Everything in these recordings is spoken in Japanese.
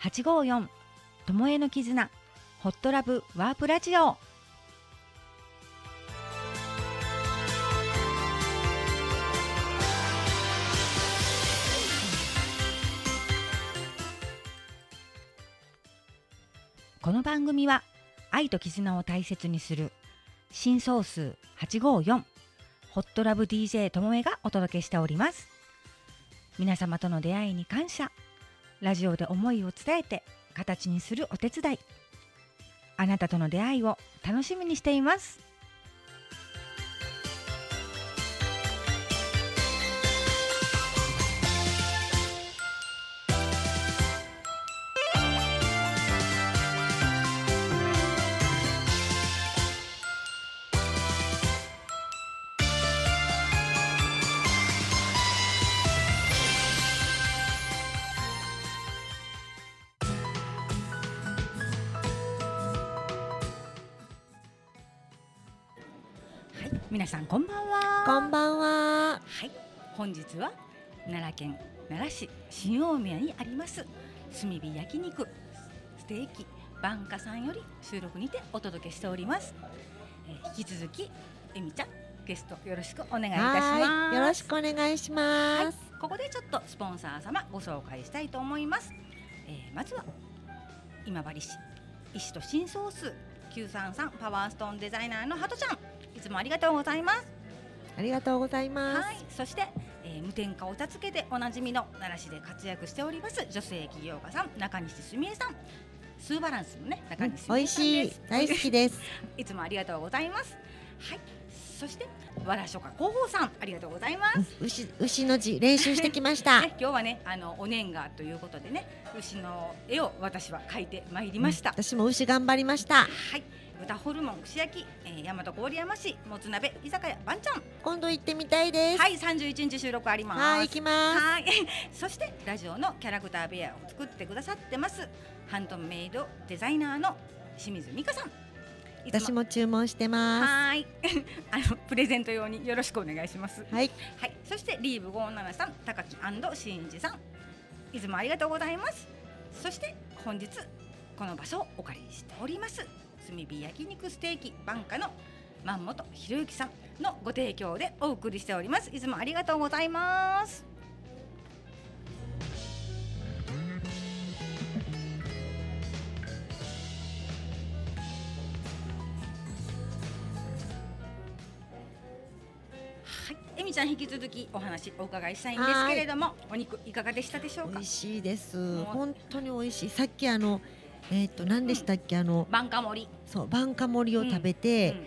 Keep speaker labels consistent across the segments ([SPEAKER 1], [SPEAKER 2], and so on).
[SPEAKER 1] 854ともえの絆ホットラブワープラジオこの番組は愛と絆を大切にする新総数854ホットラブ DJ ともえがお届けしております皆様との出会いに感謝ラジオで思いを伝えて形にするお手伝いあなたとの出会いを楽しみにしていますはい皆さんこんばんは
[SPEAKER 2] こんばんは。
[SPEAKER 1] はい、本日は奈良県奈良市新大宮にあります炭火焼肉ステーキ晩家さんより収録にてお届けしております、えー引き続きえみちゃんゲストよろしくお願いいたしま
[SPEAKER 2] はー
[SPEAKER 1] す
[SPEAKER 2] いよろしくお願いします。
[SPEAKER 1] はい、ここでちょっとスポンサー様ご紹介したいと思います、えーまずは今治市医師と新ソース933パワーストーンデザイナーのハトちゃんいつもありがとうございます
[SPEAKER 2] ありがとうございます。
[SPEAKER 1] はい、そして、えー無添加お茶漬けでおなじみの奈良市で活躍しております女性起業家さん中西すみえさんスーバランスのね中西す
[SPEAKER 2] 美
[SPEAKER 1] みえ
[SPEAKER 2] 味
[SPEAKER 1] さんで
[SPEAKER 2] し
[SPEAKER 1] す、
[SPEAKER 2] い大好きです。
[SPEAKER 1] いつもありがとうございますはいそしてわらしょか広報さんありがとうございます、
[SPEAKER 2] 牛牛の字練習してきました
[SPEAKER 1] ね。今日 はねあのお年賀ということでね牛の絵を私は描いてまいりました、
[SPEAKER 2] 私も牛頑張りました。
[SPEAKER 1] はい豚ホルモン串焼き、えー、大和郡山市もつ鍋居酒屋ばんちゃん
[SPEAKER 2] 今度行ってみたいです。
[SPEAKER 1] はい31日収録あります
[SPEAKER 2] はい、行きます。
[SPEAKER 1] はい、 そしてラジオのキャラクターベアを作ってくださってますハンドメイドデザイナーの清水美香さんいつ
[SPEAKER 2] 私も注文してま
[SPEAKER 1] はーい あのプレゼント用によろしくお願いします
[SPEAKER 2] す。はい、
[SPEAKER 1] はい、そしてリーブ57さん高木真二さんいつもありがとうございますそして本日この場所をお借りしております炭火焼肉ステーキ晩家のマンモトひろゆきさんのご提供でお送りしておりますいつもありがとうございますはい、えみちゃん引き続きお話お伺いしたいんですけれども、お肉いかがでしたでしょう
[SPEAKER 2] 美
[SPEAKER 1] か
[SPEAKER 2] 味。しいです。
[SPEAKER 1] もう
[SPEAKER 2] 本当に美味しい。さっきあのえっ、と何でしたっけ、あの
[SPEAKER 1] バンカ盛り。
[SPEAKER 2] そうバンカ盛りを食べ
[SPEAKER 1] う
[SPEAKER 2] て、
[SPEAKER 1] ん、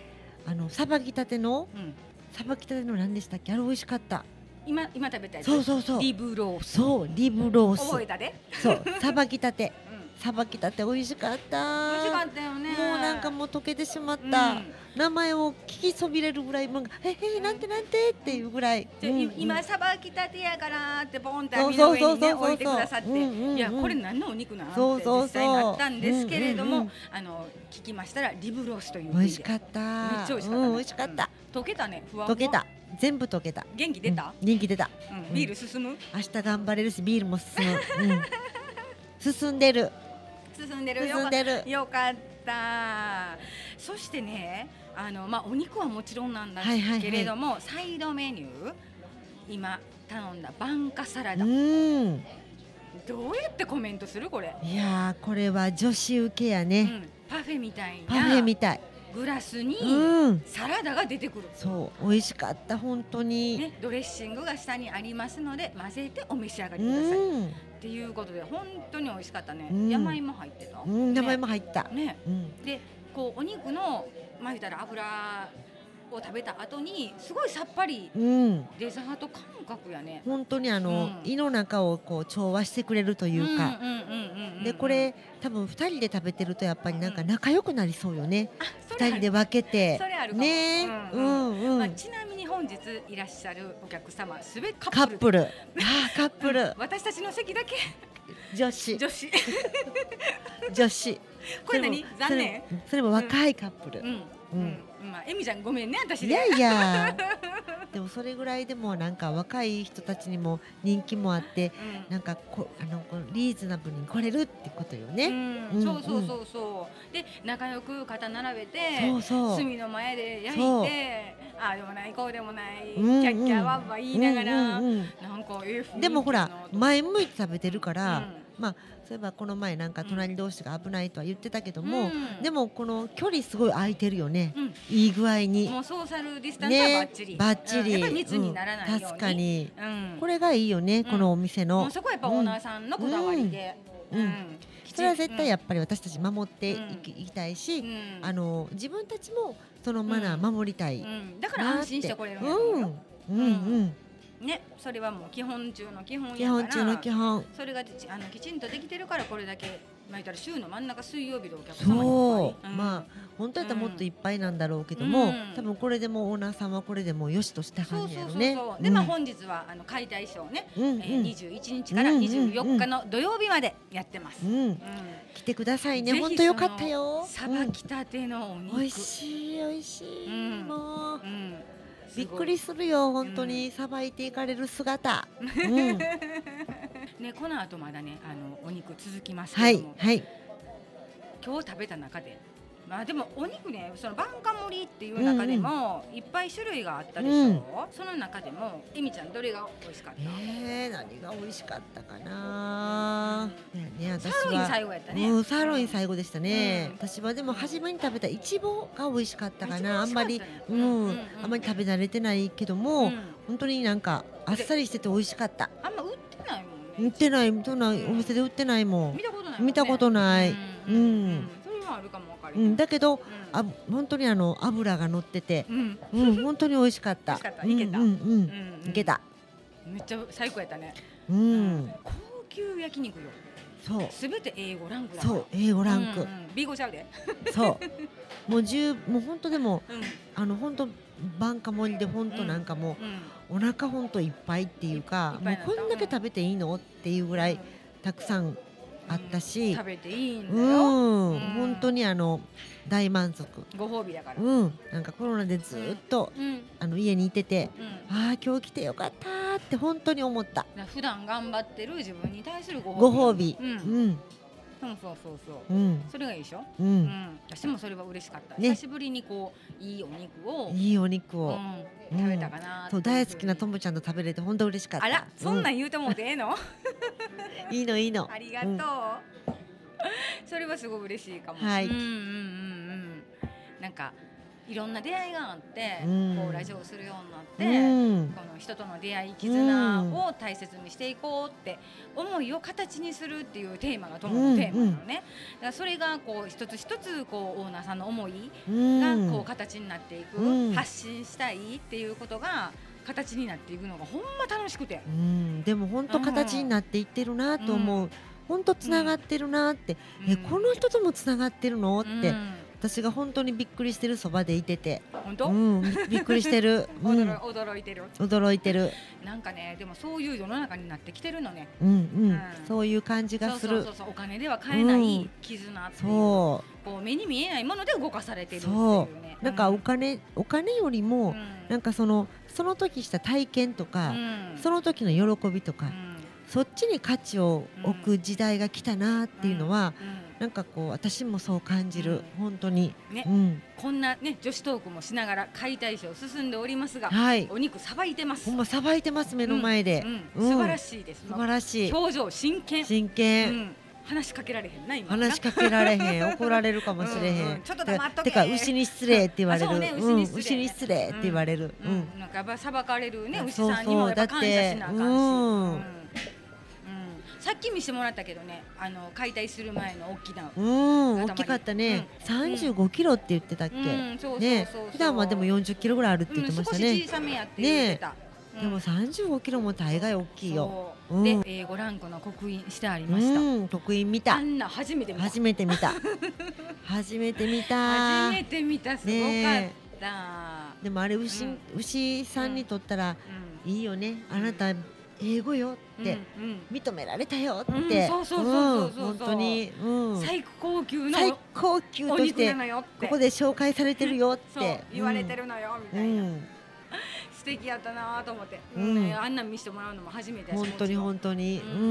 [SPEAKER 2] あのさばきたての
[SPEAKER 1] うん、
[SPEAKER 2] さばきたての何でしたっけあれ美味しかった。
[SPEAKER 1] 今今食べたやつ。
[SPEAKER 2] そうそうそう。
[SPEAKER 1] リブロース。
[SPEAKER 2] そうリブロース。
[SPEAKER 1] 覚えたで。
[SPEAKER 2] そう、さばきたて、
[SPEAKER 1] うん。
[SPEAKER 2] さばきたて美味しかった。
[SPEAKER 1] 美味しかったよね。
[SPEAKER 2] もうなんかもう溶けてしまっ
[SPEAKER 1] うん。
[SPEAKER 2] た。名前を聞きそびれるぐらい、もうええなんてなんてっていうぐらい。
[SPEAKER 1] で
[SPEAKER 2] うん
[SPEAKER 1] い今さばきたてやからってボンって網の上にね
[SPEAKER 2] そうそうそうそうそう
[SPEAKER 1] 置いてくださって、
[SPEAKER 2] うんうんうん
[SPEAKER 1] いやこれ何のお肉なんって
[SPEAKER 2] そうそうそう
[SPEAKER 1] 実際になったんですけれども、
[SPEAKER 2] うんうんうん
[SPEAKER 1] あの聞きましたらリブロースという
[SPEAKER 2] 美味しか
[SPEAKER 1] っ
[SPEAKER 2] った。
[SPEAKER 1] めっちゃ美味しかったね、
[SPEAKER 2] うん、美味しかった。
[SPEAKER 1] うん溶けたね。ふわふわ
[SPEAKER 2] 溶けた。全部溶けた。
[SPEAKER 1] 元気出た？
[SPEAKER 2] うん人気出た。
[SPEAKER 1] うん
[SPEAKER 2] うん
[SPEAKER 1] ビール進む？
[SPEAKER 2] 明日頑張れるし、ビールも進む。 うん、進んでる。
[SPEAKER 1] 進んでるよ。
[SPEAKER 2] 進んでる。
[SPEAKER 1] よかったそしてねあの、まあ、お肉はもちろんなんだ
[SPEAKER 2] はいはいはい
[SPEAKER 1] けれども、サイドメニュー今頼んだ晩夏サラ
[SPEAKER 2] う
[SPEAKER 1] ダ、
[SPEAKER 2] ん。
[SPEAKER 1] どうやってコメントするこれ、
[SPEAKER 2] いやー、これは女子受けや
[SPEAKER 1] う
[SPEAKER 2] ね。
[SPEAKER 1] ん、パフェみたい
[SPEAKER 2] パフェ
[SPEAKER 1] な
[SPEAKER 2] みたい。
[SPEAKER 1] グラスに
[SPEAKER 2] うん。
[SPEAKER 1] サラダが出てくる、
[SPEAKER 2] そう、美味しかった、本当に。
[SPEAKER 1] ね、ドレッシングが下にありますので混ぜてお召し上がりください、っ
[SPEAKER 2] うん。
[SPEAKER 1] ていうことで本当に美味しかったね、
[SPEAKER 2] うん
[SPEAKER 1] 山芋入ってた、
[SPEAKER 2] うん、名前
[SPEAKER 1] も
[SPEAKER 2] も入った。
[SPEAKER 1] ね
[SPEAKER 2] うん。
[SPEAKER 1] でこうお肉のまあ言ったら油を食べた後にすごいさっぱり
[SPEAKER 2] うん。
[SPEAKER 1] デザート感覚やね。
[SPEAKER 2] 本当にあの、
[SPEAKER 1] うん
[SPEAKER 2] 胃の中をこう調和してくれるというか、
[SPEAKER 1] んうんうんうんうん
[SPEAKER 2] でこれ多分二人で食べてるとやっぱりなんか仲良くなりそうよね
[SPEAKER 1] あそれ
[SPEAKER 2] 二
[SPEAKER 1] あ
[SPEAKER 2] 人
[SPEAKER 1] る
[SPEAKER 2] で分けて
[SPEAKER 1] それあるかも
[SPEAKER 2] ねえ
[SPEAKER 1] う
[SPEAKER 2] うんんうん、
[SPEAKER 1] まあ、ちなみに本日いらっしゃるお客様すべてカ
[SPEAKER 2] カ
[SPEAKER 1] ップル
[SPEAKER 2] ップルああカップル
[SPEAKER 1] 私たちの席だけ
[SPEAKER 2] 女子
[SPEAKER 1] 女子
[SPEAKER 2] 女子
[SPEAKER 1] これ何
[SPEAKER 2] そも
[SPEAKER 1] 残念
[SPEAKER 2] それもそれも若いカップル、
[SPEAKER 1] うん
[SPEAKER 2] うん、
[SPEAKER 1] うんまあ、えみちゃんごめんね私
[SPEAKER 2] いやいやでもそれぐらいでもなんか若い人たちにも人気もあって
[SPEAKER 1] うん
[SPEAKER 2] なんかこあのこうリーズナブルに来れるってことよね、
[SPEAKER 1] う、
[SPEAKER 2] うんん
[SPEAKER 1] そうそうそうそうで仲良く肩並べて
[SPEAKER 2] そうそう
[SPEAKER 1] 炭の前で焼い
[SPEAKER 2] そう
[SPEAKER 1] てああでもないこうでもない、
[SPEAKER 2] うんうん
[SPEAKER 1] キャッキャワッワ言いながら、
[SPEAKER 2] うんうんうん
[SPEAKER 1] なんかええ雰囲気
[SPEAKER 2] でもほ
[SPEAKER 1] だな
[SPEAKER 2] ら
[SPEAKER 1] と
[SPEAKER 2] 前向いて食べてるか
[SPEAKER 1] うん
[SPEAKER 2] ら、まあそういえばこの前なんか隣同士が危ないとは言ってたけど
[SPEAKER 1] う
[SPEAKER 2] も、
[SPEAKER 1] ん
[SPEAKER 2] でもこの距離すごい空いてるよね、
[SPEAKER 1] うん
[SPEAKER 2] いい具合に
[SPEAKER 1] もうソーシャルディスタンスはバッチリ、
[SPEAKER 2] バッチリ、
[SPEAKER 1] うんやっぱり密にならないように、
[SPEAKER 2] うん確か、に
[SPEAKER 1] うん、
[SPEAKER 2] これがいいよね、このお店
[SPEAKER 1] もう
[SPEAKER 2] の
[SPEAKER 1] そこはやっぱオーナーさんのこだわりで、
[SPEAKER 2] うんうんそれは絶対
[SPEAKER 1] や
[SPEAKER 2] やっぱり私たち守っていき,、
[SPEAKER 1] うん
[SPEAKER 2] たいし、
[SPEAKER 1] うん
[SPEAKER 2] あの自分たちもそのマナー守りたい、
[SPEAKER 1] うん、だから安心してこれるんやと
[SPEAKER 2] う
[SPEAKER 1] 思
[SPEAKER 2] ん
[SPEAKER 1] う
[SPEAKER 2] う
[SPEAKER 1] よ
[SPEAKER 2] んうん、
[SPEAKER 1] ねそれはもう基本中の基本やから
[SPEAKER 2] 基本中の基本
[SPEAKER 1] それがちあのきちんとできてるからこれだけまあ言ったら週の真ん中水曜日でお客様にいっぱい
[SPEAKER 2] そうま本当やったらもっといっぱいなんだろうけども、
[SPEAKER 1] うん
[SPEAKER 2] 多分これでもうオーナーさんはこれでもうよしとした
[SPEAKER 1] そ
[SPEAKER 2] 感
[SPEAKER 1] う
[SPEAKER 2] じ
[SPEAKER 1] そ
[SPEAKER 2] や
[SPEAKER 1] う
[SPEAKER 2] ろ
[SPEAKER 1] そう
[SPEAKER 2] ね
[SPEAKER 1] そうでまあ本日はあの解体ショーね、
[SPEAKER 2] うんうん
[SPEAKER 1] えー、21日から24日の土曜日までやってます、
[SPEAKER 2] う
[SPEAKER 1] うん
[SPEAKER 2] ん来てくださいね本当よかったよ
[SPEAKER 1] さばきたてのお
[SPEAKER 2] うん
[SPEAKER 1] 肉、
[SPEAKER 2] 美味しい美味しい、
[SPEAKER 1] うん
[SPEAKER 2] もう
[SPEAKER 1] うんす
[SPEAKER 2] び
[SPEAKER 1] ごい
[SPEAKER 2] っくりするよ本当にさばいていかれ る姿、うん、
[SPEAKER 1] ねこの後まだねあのお肉続きます
[SPEAKER 2] は
[SPEAKER 1] けど
[SPEAKER 2] い
[SPEAKER 1] も、
[SPEAKER 2] はい
[SPEAKER 1] 今日食べた中でまあでもお肉ねそのバンカ盛りっていう中でもいっぱい種類があったでしょ、
[SPEAKER 2] うん
[SPEAKER 1] その中でもえみちゃんどれが美味しかった、
[SPEAKER 2] えー、何が美味しかったかな、ねね私
[SPEAKER 1] サ
[SPEAKER 2] は
[SPEAKER 1] ーロイン最後やったね、
[SPEAKER 2] うん、サーロイン最後でしたね、
[SPEAKER 1] うん
[SPEAKER 2] 私はでも初めに食べたいちごが美味しかったかな
[SPEAKER 1] め
[SPEAKER 2] あん
[SPEAKER 1] っちゃ
[SPEAKER 2] ま
[SPEAKER 1] 美味し
[SPEAKER 2] り
[SPEAKER 1] かったね
[SPEAKER 2] う
[SPEAKER 1] う
[SPEAKER 2] ん、
[SPEAKER 1] んうん
[SPEAKER 2] あんまり食べ慣れてないけども、
[SPEAKER 1] うん
[SPEAKER 2] 本当になんかあっさりしてて美味しかった
[SPEAKER 1] あんま売ってないもんね
[SPEAKER 2] 売ってない売ってないお店で売ってないもん
[SPEAKER 1] 見たことないもんね
[SPEAKER 2] 見たことない、
[SPEAKER 1] うんうん
[SPEAKER 2] うん
[SPEAKER 1] うんそれはあるかもわかる
[SPEAKER 2] うんだけど
[SPEAKER 1] うん
[SPEAKER 2] あ本当にあの油が乗ってて、
[SPEAKER 1] うん
[SPEAKER 2] うん、本当に美味しかっ
[SPEAKER 1] 美
[SPEAKER 2] た
[SPEAKER 1] 味しかったいけた
[SPEAKER 2] うんうんうん
[SPEAKER 1] うんうん
[SPEAKER 2] いけた
[SPEAKER 1] めっちゃ最高やったね
[SPEAKER 2] うん、
[SPEAKER 1] 高級焼肉よ
[SPEAKER 2] そう
[SPEAKER 1] すべて A5 ランクだから
[SPEAKER 2] そう A5 ランク、
[SPEAKER 1] うんうん、B5 ちゃうで、
[SPEAKER 2] そうもう十もう本当でも
[SPEAKER 1] うん
[SPEAKER 2] あの本当バンカ盛りで本当なんかもう、
[SPEAKER 1] う
[SPEAKER 2] お腹ほんといっぱいっていうか
[SPEAKER 1] い
[SPEAKER 2] も
[SPEAKER 1] いうっぱいなん
[SPEAKER 2] こ
[SPEAKER 1] だ
[SPEAKER 2] んだけ食べていいのっていうぐ
[SPEAKER 1] ん、
[SPEAKER 2] らいたくさんあったし
[SPEAKER 1] 食べていいん
[SPEAKER 2] う
[SPEAKER 1] だよ、
[SPEAKER 2] ん
[SPEAKER 1] うん
[SPEAKER 2] 本当にあの大満足
[SPEAKER 1] ご褒美だから、
[SPEAKER 2] うんなんかコロナでずっと
[SPEAKER 1] うんうん
[SPEAKER 2] あの家にいててああ今日来てよかったーって本当に思った
[SPEAKER 1] だから普段頑張ってる自分に対するご褒美
[SPEAKER 2] ご褒美
[SPEAKER 1] うん、そう
[SPEAKER 2] うん
[SPEAKER 1] そうそうそう
[SPEAKER 2] うん
[SPEAKER 1] それがいいでしょ、
[SPEAKER 2] う
[SPEAKER 1] うんん、私もそれは嬉しかった、
[SPEAKER 2] ね
[SPEAKER 1] 久しぶりにこういいお肉を、
[SPEAKER 2] いいお肉
[SPEAKER 1] う
[SPEAKER 2] を
[SPEAKER 1] ん、
[SPEAKER 2] うん
[SPEAKER 1] 食べたかなってい
[SPEAKER 2] そう大好きなと
[SPEAKER 1] も
[SPEAKER 2] もちゃんと食べれて本当嬉しかった
[SPEAKER 1] あらそんな
[SPEAKER 2] うん
[SPEAKER 1] 言うてもうてええの、
[SPEAKER 2] いいのいいの
[SPEAKER 1] ありがとう、
[SPEAKER 2] うん
[SPEAKER 1] それはすごい嬉しいかも、
[SPEAKER 2] はい
[SPEAKER 1] うんうんうんうんなんかいろんな出会いがあって、
[SPEAKER 2] うん
[SPEAKER 1] こうラジオをするようになって、
[SPEAKER 2] うん
[SPEAKER 1] この人との出会い絆を大切にしていこうって思いを形にするっていうテーマがとものテーマなのね、だからそれがこう一つ一つこうオーナーさんの思いが
[SPEAKER 2] うん
[SPEAKER 1] こう形になっていく、
[SPEAKER 2] うん
[SPEAKER 1] 発信したいっていうことが形になっていくのがほんま楽しくて
[SPEAKER 2] う、ん、でも本当形になっていってるなと思う、本当つながってるなって、
[SPEAKER 1] う
[SPEAKER 2] え
[SPEAKER 1] ん
[SPEAKER 2] この人ともつながってるのって、
[SPEAKER 1] うん
[SPEAKER 2] 私が本当にびっくりしてるそばでいてて、
[SPEAKER 1] 本
[SPEAKER 2] う
[SPEAKER 1] 当、
[SPEAKER 2] ん、びびっくりしてる、う
[SPEAKER 1] 驚い
[SPEAKER 2] ん、
[SPEAKER 1] 驚いてる
[SPEAKER 2] 驚いてる、
[SPEAKER 1] なんかねでもそういう世の中になってきてるのね
[SPEAKER 2] うんうん
[SPEAKER 1] うん
[SPEAKER 2] そういう感じがする
[SPEAKER 1] そうそうそうそうお金では買えな
[SPEAKER 2] う
[SPEAKER 1] い
[SPEAKER 2] ん
[SPEAKER 1] 絆っていう,、
[SPEAKER 2] そ
[SPEAKER 1] こう目に見えないもので動かされてるっていうね
[SPEAKER 2] うなんかお金お金よりも、なんかそのその時した体験とか、そ
[SPEAKER 1] の
[SPEAKER 2] の時の喜びとか、そっちに価値を置く時代が来たなっていうのは、なんかこう私もそう感じる、本当に、
[SPEAKER 1] ね
[SPEAKER 2] うん、
[SPEAKER 1] こんなね女子トークもしながら解体ショー進んでおりますが、
[SPEAKER 2] はい
[SPEAKER 1] お肉さばいてます、
[SPEAKER 2] ほんまさばいてます目の前で、
[SPEAKER 1] うん素晴ら
[SPEAKER 2] い
[SPEAKER 1] しいです、
[SPEAKER 2] 素晴らしい
[SPEAKER 1] 表情真剣
[SPEAKER 2] 真
[SPEAKER 1] う
[SPEAKER 2] 剣、
[SPEAKER 1] ん話しかけられへんな今な
[SPEAKER 2] 話しかけられへ ん怒られるかもしれへん、
[SPEAKER 1] うんうんちょっと黙っとけ
[SPEAKER 2] てかてか牛に失礼って言われ
[SPEAKER 1] あそう
[SPEAKER 2] る
[SPEAKER 1] ね
[SPEAKER 2] う
[SPEAKER 1] 牛に失礼
[SPEAKER 2] ん牛に失礼って言われる、う
[SPEAKER 1] うんん、なんかやっぱ裁かれるね牛
[SPEAKER 2] そうそう
[SPEAKER 1] さんにもやっぱ感謝しなあかんし、
[SPEAKER 2] だってうん
[SPEAKER 1] うんさっき見してもらったけどねあの解体する前の大きな、
[SPEAKER 2] うん大きかったね、35キロって言ってたっけ、
[SPEAKER 1] うんそうそうそうそう、
[SPEAKER 2] ね普段はでも40キロぐらいあるって言ってましたね、
[SPEAKER 1] うん、少し小さめやって言ってた、うん
[SPEAKER 2] でも35キロも大概大きいよ
[SPEAKER 1] そうで、えー、5ランクの刻印してありました、
[SPEAKER 2] うん得意見
[SPEAKER 1] あ
[SPEAKER 2] た
[SPEAKER 1] んな初めて見た
[SPEAKER 2] 初めて見た初めて見た
[SPEAKER 1] 初めて見たすごか
[SPEAKER 2] ね
[SPEAKER 1] った、
[SPEAKER 2] でもあれ牛,、
[SPEAKER 1] うん
[SPEAKER 2] 牛さんにとったら、
[SPEAKER 1] うん
[SPEAKER 2] いいよねあなた英語よって、認められたよって、
[SPEAKER 1] うんそうそうそうそうそう
[SPEAKER 2] 本当に、うん
[SPEAKER 1] 最高級の
[SPEAKER 2] 最高級
[SPEAKER 1] お
[SPEAKER 2] とし
[SPEAKER 1] 肉
[SPEAKER 2] て
[SPEAKER 1] なのよって
[SPEAKER 2] ここで紹介されてるよっ
[SPEAKER 1] そう
[SPEAKER 2] て
[SPEAKER 1] 言われてるのよみ
[SPEAKER 2] う
[SPEAKER 1] たいな、
[SPEAKER 2] ん、
[SPEAKER 1] 素敵やったなと思って、
[SPEAKER 2] うん
[SPEAKER 1] ねあんなん見せてもらうのも初めてやし
[SPEAKER 2] 本当に
[SPEAKER 1] も
[SPEAKER 2] 本当に、
[SPEAKER 1] ち
[SPEAKER 2] う
[SPEAKER 1] ろ
[SPEAKER 2] ん
[SPEAKER 1] ん
[SPEAKER 2] う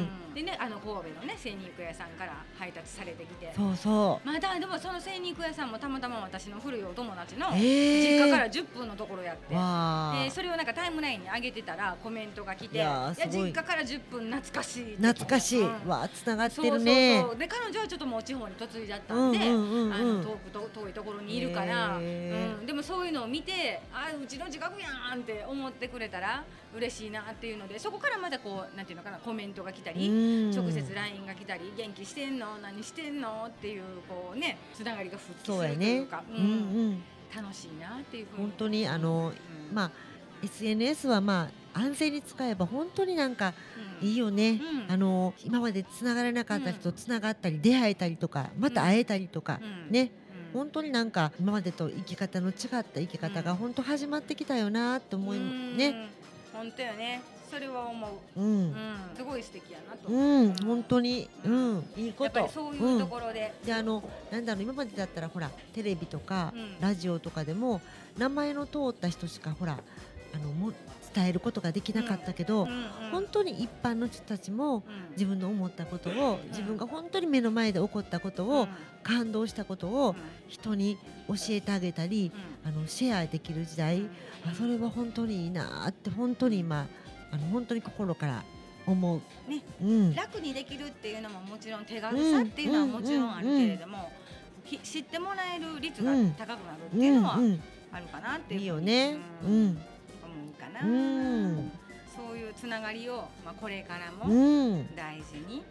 [SPEAKER 2] ん、
[SPEAKER 1] でねあの神戸のね精肉屋さんから配達されてきて
[SPEAKER 2] そうそう、
[SPEAKER 1] まあだでもその精肉屋さんもたまたま私の古いお友達の
[SPEAKER 2] え
[SPEAKER 1] 実家から
[SPEAKER 2] わ
[SPEAKER 1] 10分のところやって、
[SPEAKER 2] あ
[SPEAKER 1] でそれをなんかタイムラインに上げてたらコメントが来て「い
[SPEAKER 2] い
[SPEAKER 1] や
[SPEAKER 2] やーすごい
[SPEAKER 1] 実家から10分懐かしい」って来て
[SPEAKER 2] 懐かしい、
[SPEAKER 1] うん
[SPEAKER 2] わあつながっ
[SPEAKER 1] そ
[SPEAKER 2] て
[SPEAKER 1] うそ
[SPEAKER 2] る
[SPEAKER 1] う
[SPEAKER 2] ね
[SPEAKER 1] そうで彼女はちょっともう地方に嫁いじゃった
[SPEAKER 2] うんん
[SPEAKER 1] で、
[SPEAKER 2] うんうん
[SPEAKER 1] あ
[SPEAKER 2] う
[SPEAKER 1] の
[SPEAKER 2] ん
[SPEAKER 1] 遠くと遠いところにいるから、
[SPEAKER 2] へー
[SPEAKER 1] うん、でもそういうのを見てあうちの自覚やんって思ってくれたら嬉しいなっていうのでそこからまたこうなんていうのかなコメントが来たり、
[SPEAKER 2] うん
[SPEAKER 1] 直接 LINE が来たり元気してんの何してんのっていうこうねつながりが復帰
[SPEAKER 2] そう
[SPEAKER 1] す
[SPEAKER 2] や
[SPEAKER 1] ると
[SPEAKER 2] ね
[SPEAKER 1] いうか
[SPEAKER 2] うんうん
[SPEAKER 1] うん楽しいなっていうふうに
[SPEAKER 2] 本当にあの、ま
[SPEAKER 1] あ、
[SPEAKER 2] あ SNS はまあ安全に使えば本当になんか
[SPEAKER 1] うん
[SPEAKER 2] いいよね、
[SPEAKER 1] うん
[SPEAKER 2] あの今までつながれなかった人とつながったり出会えたりとかまた会えたりとか、
[SPEAKER 1] うん
[SPEAKER 2] ね
[SPEAKER 1] うん
[SPEAKER 2] 本当になんか今までと生き方の違った生き方
[SPEAKER 1] うん
[SPEAKER 2] が本当始まってきたよなって思いね。
[SPEAKER 1] うん本当よねそれは思う
[SPEAKER 2] う、
[SPEAKER 1] うんん、すごい素敵やなと。
[SPEAKER 2] うん、本当に、うん、いいこ
[SPEAKER 1] やっぱ
[SPEAKER 2] と
[SPEAKER 1] り。そういうと
[SPEAKER 2] ん
[SPEAKER 1] ころで。
[SPEAKER 2] であのなんだろう今までだったらほらテレビとか
[SPEAKER 1] うん
[SPEAKER 2] ラジオとかでも名前の通った人しかほらあのも伝えることができなかったけど本当に一般の人たちも自分の思ったことを自分が本当に目の前で起こったことを感動したことを人に教えてあげたりあのシェアできる時代あそれは本当にいいなって本当に今あの本当に心から思う。
[SPEAKER 1] ね
[SPEAKER 2] うん、
[SPEAKER 1] 楽にできるっていうのももちろん手軽さっていうのはもちろんあるけれども、ひ知ってもらえる率が高くなるっていうのは
[SPEAKER 2] うんうん
[SPEAKER 1] あるかなって
[SPEAKER 2] い
[SPEAKER 1] いう
[SPEAKER 2] いよね。う
[SPEAKER 1] うん
[SPEAKER 2] ん、
[SPEAKER 1] 思うかな。
[SPEAKER 2] うん
[SPEAKER 1] そういうつながりをまあこれからも
[SPEAKER 2] うん、
[SPEAKER 1] 大事に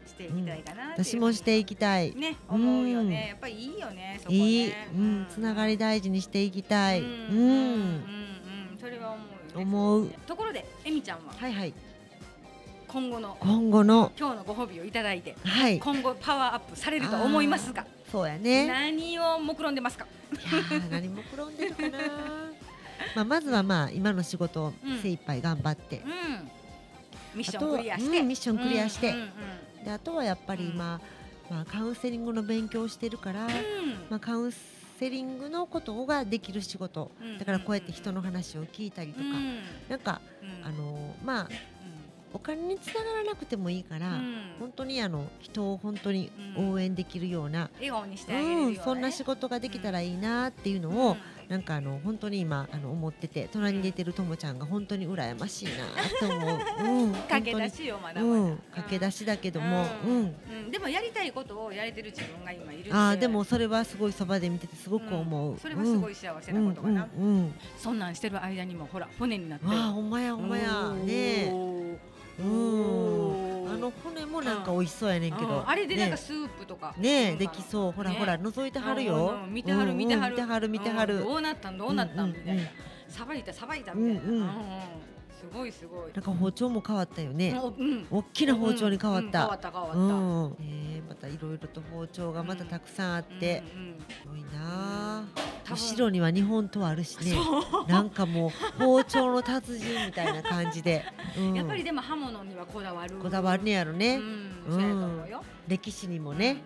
[SPEAKER 1] うんしていきたいかなっていう
[SPEAKER 2] 私もしていきたい。
[SPEAKER 1] ね思うよね。やっぱりいいよねそこね。
[SPEAKER 2] いい、うん、つながり大事にしていきたい。
[SPEAKER 1] う
[SPEAKER 2] うんん、
[SPEAKER 1] うんうんそれは思うよね。
[SPEAKER 2] 思う。
[SPEAKER 1] ところでえみちゃんは
[SPEAKER 2] はいはい、
[SPEAKER 1] 今後の
[SPEAKER 2] 今後の、
[SPEAKER 1] 今日のご褒美をいただいて
[SPEAKER 2] はい、
[SPEAKER 1] 今後パワーアップされると思いますが
[SPEAKER 2] そうやね。いや
[SPEAKER 1] 何を目論んでますか
[SPEAKER 2] ー、何も転んでるかな。 まあ、まずは、まあ、今の仕事を精一杯頑張って
[SPEAKER 1] う。んミッシ
[SPEAKER 2] あ
[SPEAKER 1] ョン
[SPEAKER 2] と
[SPEAKER 1] ク
[SPEAKER 2] は、
[SPEAKER 1] リアして
[SPEAKER 2] うんミッションクリアして。
[SPEAKER 1] うんうん
[SPEAKER 2] であとはやっぱり今、まあ、カウンセリングの勉強をしてるから、まあ、カウンセリングのことができる仕事
[SPEAKER 1] うん
[SPEAKER 2] だからこうやって人の話を聞いたりと
[SPEAKER 1] う
[SPEAKER 2] か、
[SPEAKER 1] ん
[SPEAKER 2] なんか、
[SPEAKER 1] うん
[SPEAKER 2] あのまあ、お金につながらなくてもいいか
[SPEAKER 1] う
[SPEAKER 2] ら、
[SPEAKER 1] んうん
[SPEAKER 2] 本当にあの人を本当に
[SPEAKER 1] うん
[SPEAKER 2] 応援できるような、
[SPEAKER 1] 笑顔にし
[SPEAKER 2] う
[SPEAKER 1] てあげれるようんね
[SPEAKER 2] そんな仕事ができたらいいなっていうの
[SPEAKER 1] うん
[SPEAKER 2] を、なんかあの本当に今あの思ってて隣に出てるともちゃんが本当に羨ましいな と思う、うん、
[SPEAKER 1] 駆け出
[SPEAKER 2] し、
[SPEAKER 1] しよまだ
[SPEAKER 2] う
[SPEAKER 1] まだ
[SPEAKER 2] ん、駆け出しだけども、
[SPEAKER 1] うん
[SPEAKER 2] うん
[SPEAKER 1] うんでもやりたいことをやれてる自分が今いるん
[SPEAKER 2] ああでもそれはすごいそばで見ててすごく思う、
[SPEAKER 1] んそれはすご
[SPEAKER 2] い
[SPEAKER 1] い幸せなことかな
[SPEAKER 2] うんうんうんわ
[SPEAKER 1] そんなんしてる間にもほら骨になって
[SPEAKER 2] あほんまやほんまやね
[SPEAKER 1] おー
[SPEAKER 2] えう
[SPEAKER 1] お
[SPEAKER 2] ん
[SPEAKER 1] ー
[SPEAKER 2] あの骨もなんか美味しそうやねんけ
[SPEAKER 1] う
[SPEAKER 2] ど
[SPEAKER 1] んあれでなんか
[SPEAKER 2] ね
[SPEAKER 1] スープとか
[SPEAKER 2] えねえできそうほらほら覗いてはるよ
[SPEAKER 1] うんうん見てはる
[SPEAKER 2] うん
[SPEAKER 1] 見ては
[SPEAKER 2] う
[SPEAKER 1] る
[SPEAKER 2] ん見てはる見てはる
[SPEAKER 1] うんどうなったんどうなったん
[SPEAKER 2] うん
[SPEAKER 1] み
[SPEAKER 2] うんうん
[SPEAKER 1] たいなさばいたさばいたみたいな
[SPEAKER 2] うんうん
[SPEAKER 1] うんうんすごいすごい
[SPEAKER 2] なんか包丁も変わったよね
[SPEAKER 1] もううん
[SPEAKER 2] 大きな包丁に変わっ
[SPEAKER 1] うん変わったた変わった
[SPEAKER 2] う
[SPEAKER 1] うん
[SPEAKER 2] んねえまたいろいろと包丁がまたたくさんあって
[SPEAKER 1] うん
[SPEAKER 2] すごいなあ
[SPEAKER 1] 多分
[SPEAKER 2] 後ろには日本刀あるしね
[SPEAKER 1] そう
[SPEAKER 2] なんかもう包丁の達人みたいな感じ で、うん
[SPEAKER 1] やっぱりでも刃物にはこだわる
[SPEAKER 2] こだわるねやろね、
[SPEAKER 1] うん
[SPEAKER 2] うん
[SPEAKER 1] そうやと思うよ
[SPEAKER 2] 歴史にもね、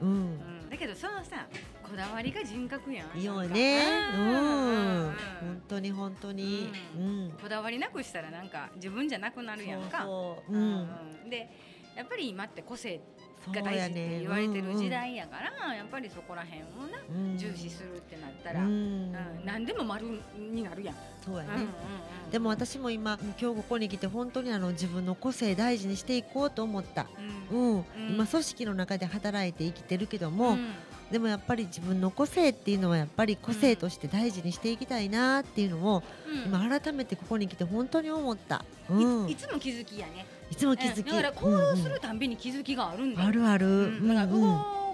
[SPEAKER 1] うん
[SPEAKER 2] うん
[SPEAKER 1] うんだけどそのさこだわりが人格やん
[SPEAKER 2] いいよ
[SPEAKER 1] な
[SPEAKER 2] ね
[SPEAKER 1] か
[SPEAKER 2] うん、
[SPEAKER 1] うんうん
[SPEAKER 2] 本当に本当に、
[SPEAKER 1] う
[SPEAKER 2] うんん
[SPEAKER 1] こだわりなくしたらなんか自分じゃなくなるやんか
[SPEAKER 2] そうそうう、うんん
[SPEAKER 1] うんでやっぱり今って個性
[SPEAKER 2] そう
[SPEAKER 1] が
[SPEAKER 2] や
[SPEAKER 1] 大事って言われてる時
[SPEAKER 2] ね
[SPEAKER 1] 代やから、やっぱりそこら辺をな
[SPEAKER 2] うんうん
[SPEAKER 1] 重視するってなったら、う
[SPEAKER 2] うんん
[SPEAKER 1] 何でも丸になるやん。
[SPEAKER 2] そうやね、
[SPEAKER 1] うんうんうん
[SPEAKER 2] でも、私も今今日ここに来て本当にあの自分の個性大事にしていこうと思った、
[SPEAKER 1] うん
[SPEAKER 2] うん
[SPEAKER 1] ん
[SPEAKER 2] 今組織の中で働いて生きてるけど
[SPEAKER 1] う
[SPEAKER 2] も、
[SPEAKER 1] ん
[SPEAKER 2] でもやっぱり自分の個性っていうのはやっぱり個性として大事にしていきたいなっていうのを、
[SPEAKER 1] うん
[SPEAKER 2] 今改めてここに来て本当に思った、
[SPEAKER 1] い
[SPEAKER 2] うん、
[SPEAKER 1] い
[SPEAKER 2] い
[SPEAKER 1] つも気づきやね。
[SPEAKER 2] つも気づき、
[SPEAKER 1] うんだから行動す
[SPEAKER 2] うんう
[SPEAKER 1] るたんびに気づきがあるん
[SPEAKER 2] ん
[SPEAKER 1] だよ。
[SPEAKER 2] あるある、
[SPEAKER 1] うんだから
[SPEAKER 2] うんうん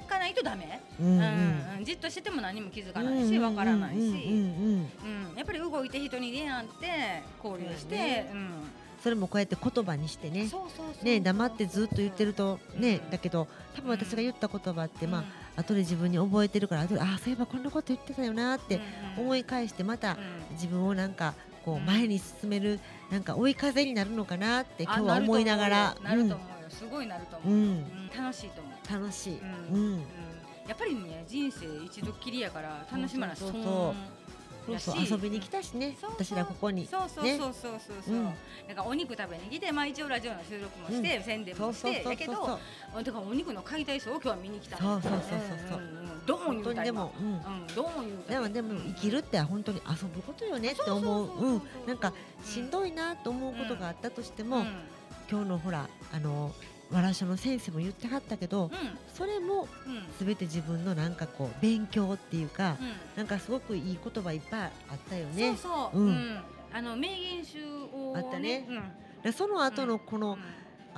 [SPEAKER 1] 動かないとダメ。
[SPEAKER 2] う
[SPEAKER 1] うんん
[SPEAKER 2] う
[SPEAKER 1] うんじっとしてても何も気づか
[SPEAKER 2] ん
[SPEAKER 1] ないしわからないし。
[SPEAKER 2] うんうんうん
[SPEAKER 1] うん、やっぱり動いて人に出会って交流して、
[SPEAKER 2] そうやそれもこうやって言葉にして
[SPEAKER 1] うん、
[SPEAKER 2] ね
[SPEAKER 1] そうそうそうそう
[SPEAKER 2] ね黙ってずっと言ってるとね、
[SPEAKER 1] うん
[SPEAKER 2] だけど多分私が言った言葉って、まあ
[SPEAKER 1] うん
[SPEAKER 2] 後で自分に覚えてるから後でああそういえばこんなこと言ってたよなって
[SPEAKER 1] うんうん
[SPEAKER 2] 思い返してまた
[SPEAKER 1] うん
[SPEAKER 2] 自分をなんかこう前に進めるなんか追い風になるのかなって今
[SPEAKER 1] あ
[SPEAKER 2] 日は思いながら
[SPEAKER 1] なると思うよなると思うよすごいなると
[SPEAKER 2] う
[SPEAKER 1] 思う、うん
[SPEAKER 2] ん、
[SPEAKER 1] 楽しいと思う、
[SPEAKER 2] うん、楽しい、
[SPEAKER 1] う
[SPEAKER 2] うんん、
[SPEAKER 1] うんやっぱりね人生一度きりやから楽しまな
[SPEAKER 2] そうそう
[SPEAKER 1] 損
[SPEAKER 2] そうそう
[SPEAKER 1] やし
[SPEAKER 2] そう遊びに来たしね
[SPEAKER 1] そうそう
[SPEAKER 2] 私らここに
[SPEAKER 1] そうそう
[SPEAKER 2] ね
[SPEAKER 1] そうそうそうそう、
[SPEAKER 2] うん
[SPEAKER 1] なんかお肉食べに来て、まあ、一応ラジオの収録もして、宣伝もしてやけどあだからお肉の解体ショーを今日は見に来た
[SPEAKER 2] そうそうそうそう
[SPEAKER 1] うんうんうんどうも言
[SPEAKER 2] 本
[SPEAKER 1] う
[SPEAKER 2] 当
[SPEAKER 1] た
[SPEAKER 2] にでも、うん、
[SPEAKER 1] 今うんどうも言うた
[SPEAKER 2] でもでも生きるって本当に遊ぶことよねって思ううんなんかしん
[SPEAKER 1] い
[SPEAKER 2] どいなと思うことがあったとしても、
[SPEAKER 1] うん
[SPEAKER 2] 今日のほらあのわらしょの先生も言ってはったけど、それも
[SPEAKER 1] うんうん
[SPEAKER 2] 全て自分のなんかこう勉強っていうか、
[SPEAKER 1] うん
[SPEAKER 2] なんかすごくいい言葉いっぱいあったよ
[SPEAKER 1] そ
[SPEAKER 2] ね
[SPEAKER 1] うそう、
[SPEAKER 2] う
[SPEAKER 1] うんん、あの名言集を、
[SPEAKER 2] あったね
[SPEAKER 1] うん
[SPEAKER 2] でその後のこの,、
[SPEAKER 1] うん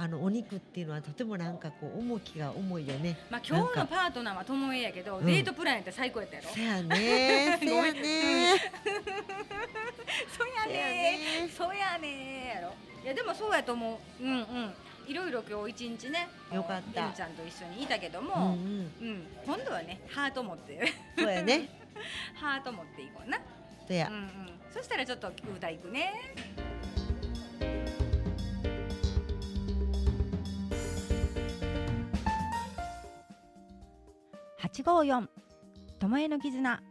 [SPEAKER 2] あのお肉っていうのはとてもなんかこう重きが重いよね
[SPEAKER 1] まあ今日
[SPEAKER 2] な
[SPEAKER 1] の
[SPEAKER 2] ん
[SPEAKER 1] パートナーはともえやけど、
[SPEAKER 2] うん
[SPEAKER 1] デートプランやったら最高やった やろ。
[SPEAKER 2] せ やねせやね
[SPEAKER 1] そうや
[SPEAKER 2] せや
[SPEAKER 1] ね
[SPEAKER 2] ね
[SPEAKER 1] ー、そうやねーやろ。いやでもそうやと思う。うんうん。いろいろ今日一日ね、
[SPEAKER 2] よかった
[SPEAKER 1] りんちゃんと一緒にいたけど
[SPEAKER 2] うん
[SPEAKER 1] も、
[SPEAKER 2] うん
[SPEAKER 1] うん、今度はねハート持って、
[SPEAKER 2] そうやね
[SPEAKER 1] ハート持っていこうな。
[SPEAKER 2] そうや
[SPEAKER 1] うんうん。そしたらちょっと歌いくね。
[SPEAKER 3] 854ともえの絆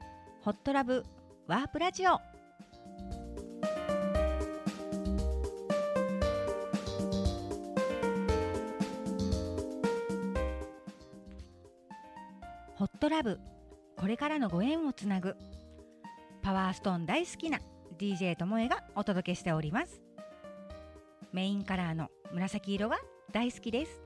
[SPEAKER 3] ホットラブワープラジオホットラブこれからのご縁をつなぐパワーストーン大好きな DJ ともえがお届けしておりますメインカラーの紫色が大好きです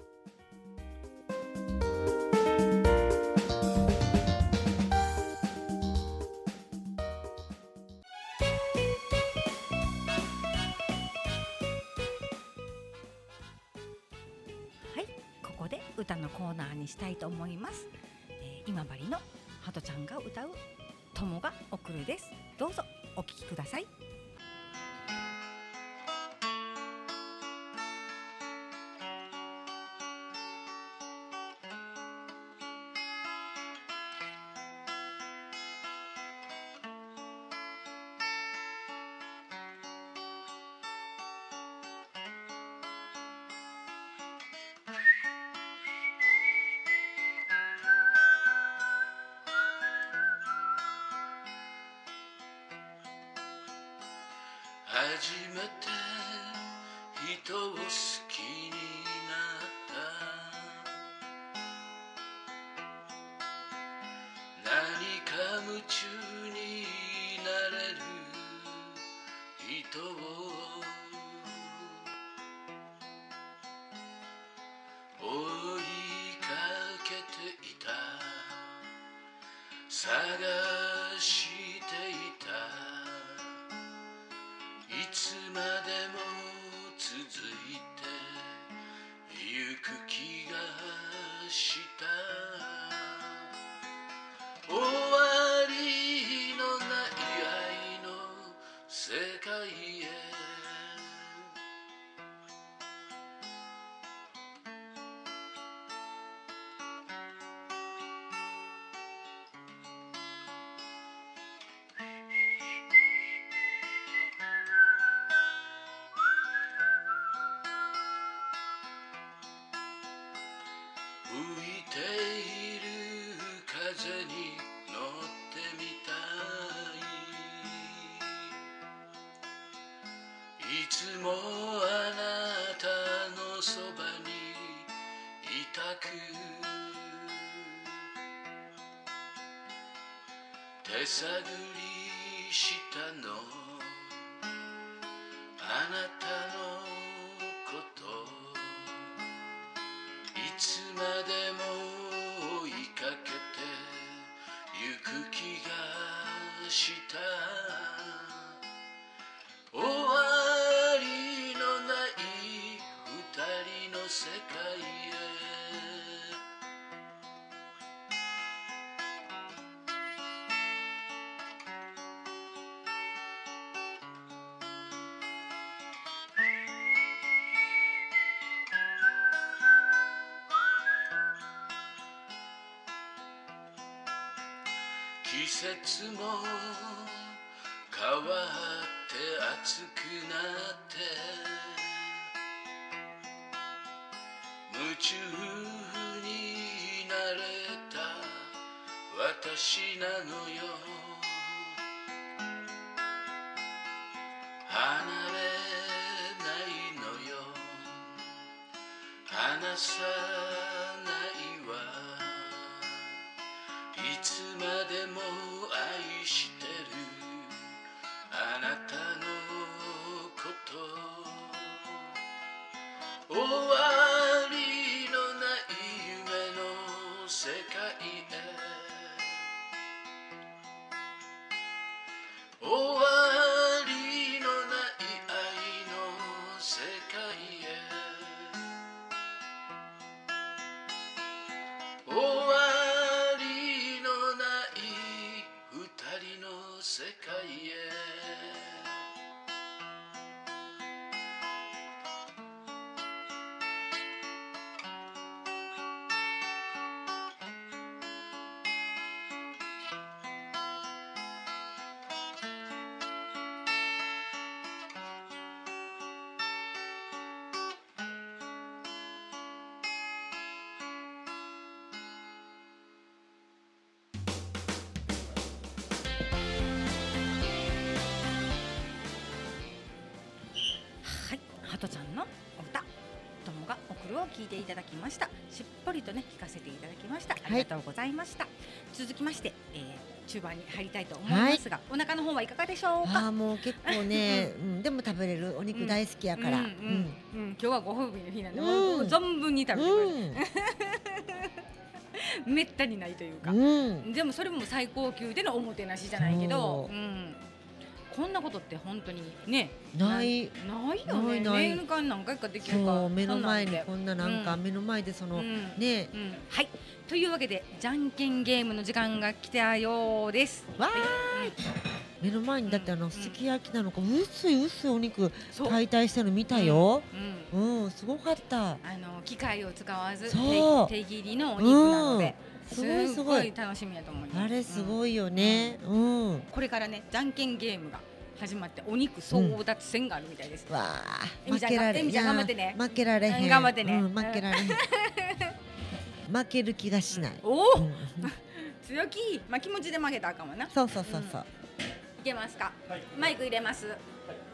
[SPEAKER 3] はい、ここで歌のコーナーにしたいと思います。えー今治のハトちゃんが歌う友が送るです。どうぞお聞きください。
[SPEAKER 4] 初めて人を好きになった何か夢中になれる人を追いかけていた探していたいつまでも続いてゆく気がした終わりのない愛の世界へ浮いている風に乗ってみたいいつもあなたのそばにいたく手探りしたのあなたのこといつまでも追いかけてゆく気がした終わりのない二人の世界へ季節も変変わって熱くなって夢中になれた私なのよ離れないのよ離さないわいつまでも愛してるあなたのこと終わりのない夢の世界へ終わりのない愛の世界へ終わりのない二人の世界へ
[SPEAKER 3] はい、ハトちゃんのお歌友が送るを聞いていただきましたしっぽりとね聞かせていただきましたありがとうございました、続きまして、えー、中盤に入りたいと思いますが、お腹の方はいかがでしょうか
[SPEAKER 2] あーもう結構ね、うん、でも食べれるお肉大好きやから、
[SPEAKER 1] う
[SPEAKER 2] うん
[SPEAKER 1] うん
[SPEAKER 2] ん
[SPEAKER 1] うん今日はご褒美の日なんで、
[SPEAKER 2] うん
[SPEAKER 1] もう存分に食べてくれる、
[SPEAKER 2] う
[SPEAKER 1] めったにないというか、
[SPEAKER 2] ん、うん、
[SPEAKER 1] でもそれも最高級でのおもてなしじゃないけど、
[SPEAKER 2] そう
[SPEAKER 1] うん、こんなことって本当にね
[SPEAKER 2] ない
[SPEAKER 1] ないよね
[SPEAKER 2] ないない
[SPEAKER 1] 年間何回かできる
[SPEAKER 2] そ
[SPEAKER 1] か
[SPEAKER 2] う目の前に
[SPEAKER 1] そん
[SPEAKER 2] こんななんか
[SPEAKER 1] う
[SPEAKER 2] 目の前でその、
[SPEAKER 1] なんでうん
[SPEAKER 2] ね
[SPEAKER 1] うんはいというわけでじゃんけんゲームの時間が来たようです
[SPEAKER 2] わーい目の前にだってあのすき焼きなのか薄い薄いお肉
[SPEAKER 1] そう、
[SPEAKER 2] 解体してるの見たよ、
[SPEAKER 1] うん、
[SPEAKER 2] うん、すごかった
[SPEAKER 1] あの機械を使わず
[SPEAKER 2] そう
[SPEAKER 1] 手手切りのお肉なので、
[SPEAKER 2] うんすごい
[SPEAKER 1] すっ
[SPEAKER 2] す
[SPEAKER 1] ご
[SPEAKER 2] ごい
[SPEAKER 1] い楽しみやと思います
[SPEAKER 2] あれす
[SPEAKER 1] うん
[SPEAKER 2] ごいよねうん、
[SPEAKER 1] これからねじゃんけんゲームが始まってお肉争奪戦があるみたいです、
[SPEAKER 2] わ
[SPEAKER 1] え
[SPEAKER 2] ー
[SPEAKER 1] み
[SPEAKER 2] 負
[SPEAKER 1] ちゃん
[SPEAKER 2] けられ
[SPEAKER 1] えみちゃん
[SPEAKER 2] いやー
[SPEAKER 1] 頑張ってね
[SPEAKER 2] 負けられへ
[SPEAKER 1] うん
[SPEAKER 2] ん
[SPEAKER 1] 頑張ってね
[SPEAKER 2] うん負けられへん負ける気がしない、
[SPEAKER 1] おお
[SPEAKER 2] うん
[SPEAKER 1] 強気まあ気持ちで負けたらあかもない
[SPEAKER 2] そうそうそうそう、
[SPEAKER 1] けますか
[SPEAKER 5] はい、
[SPEAKER 1] マイク入れます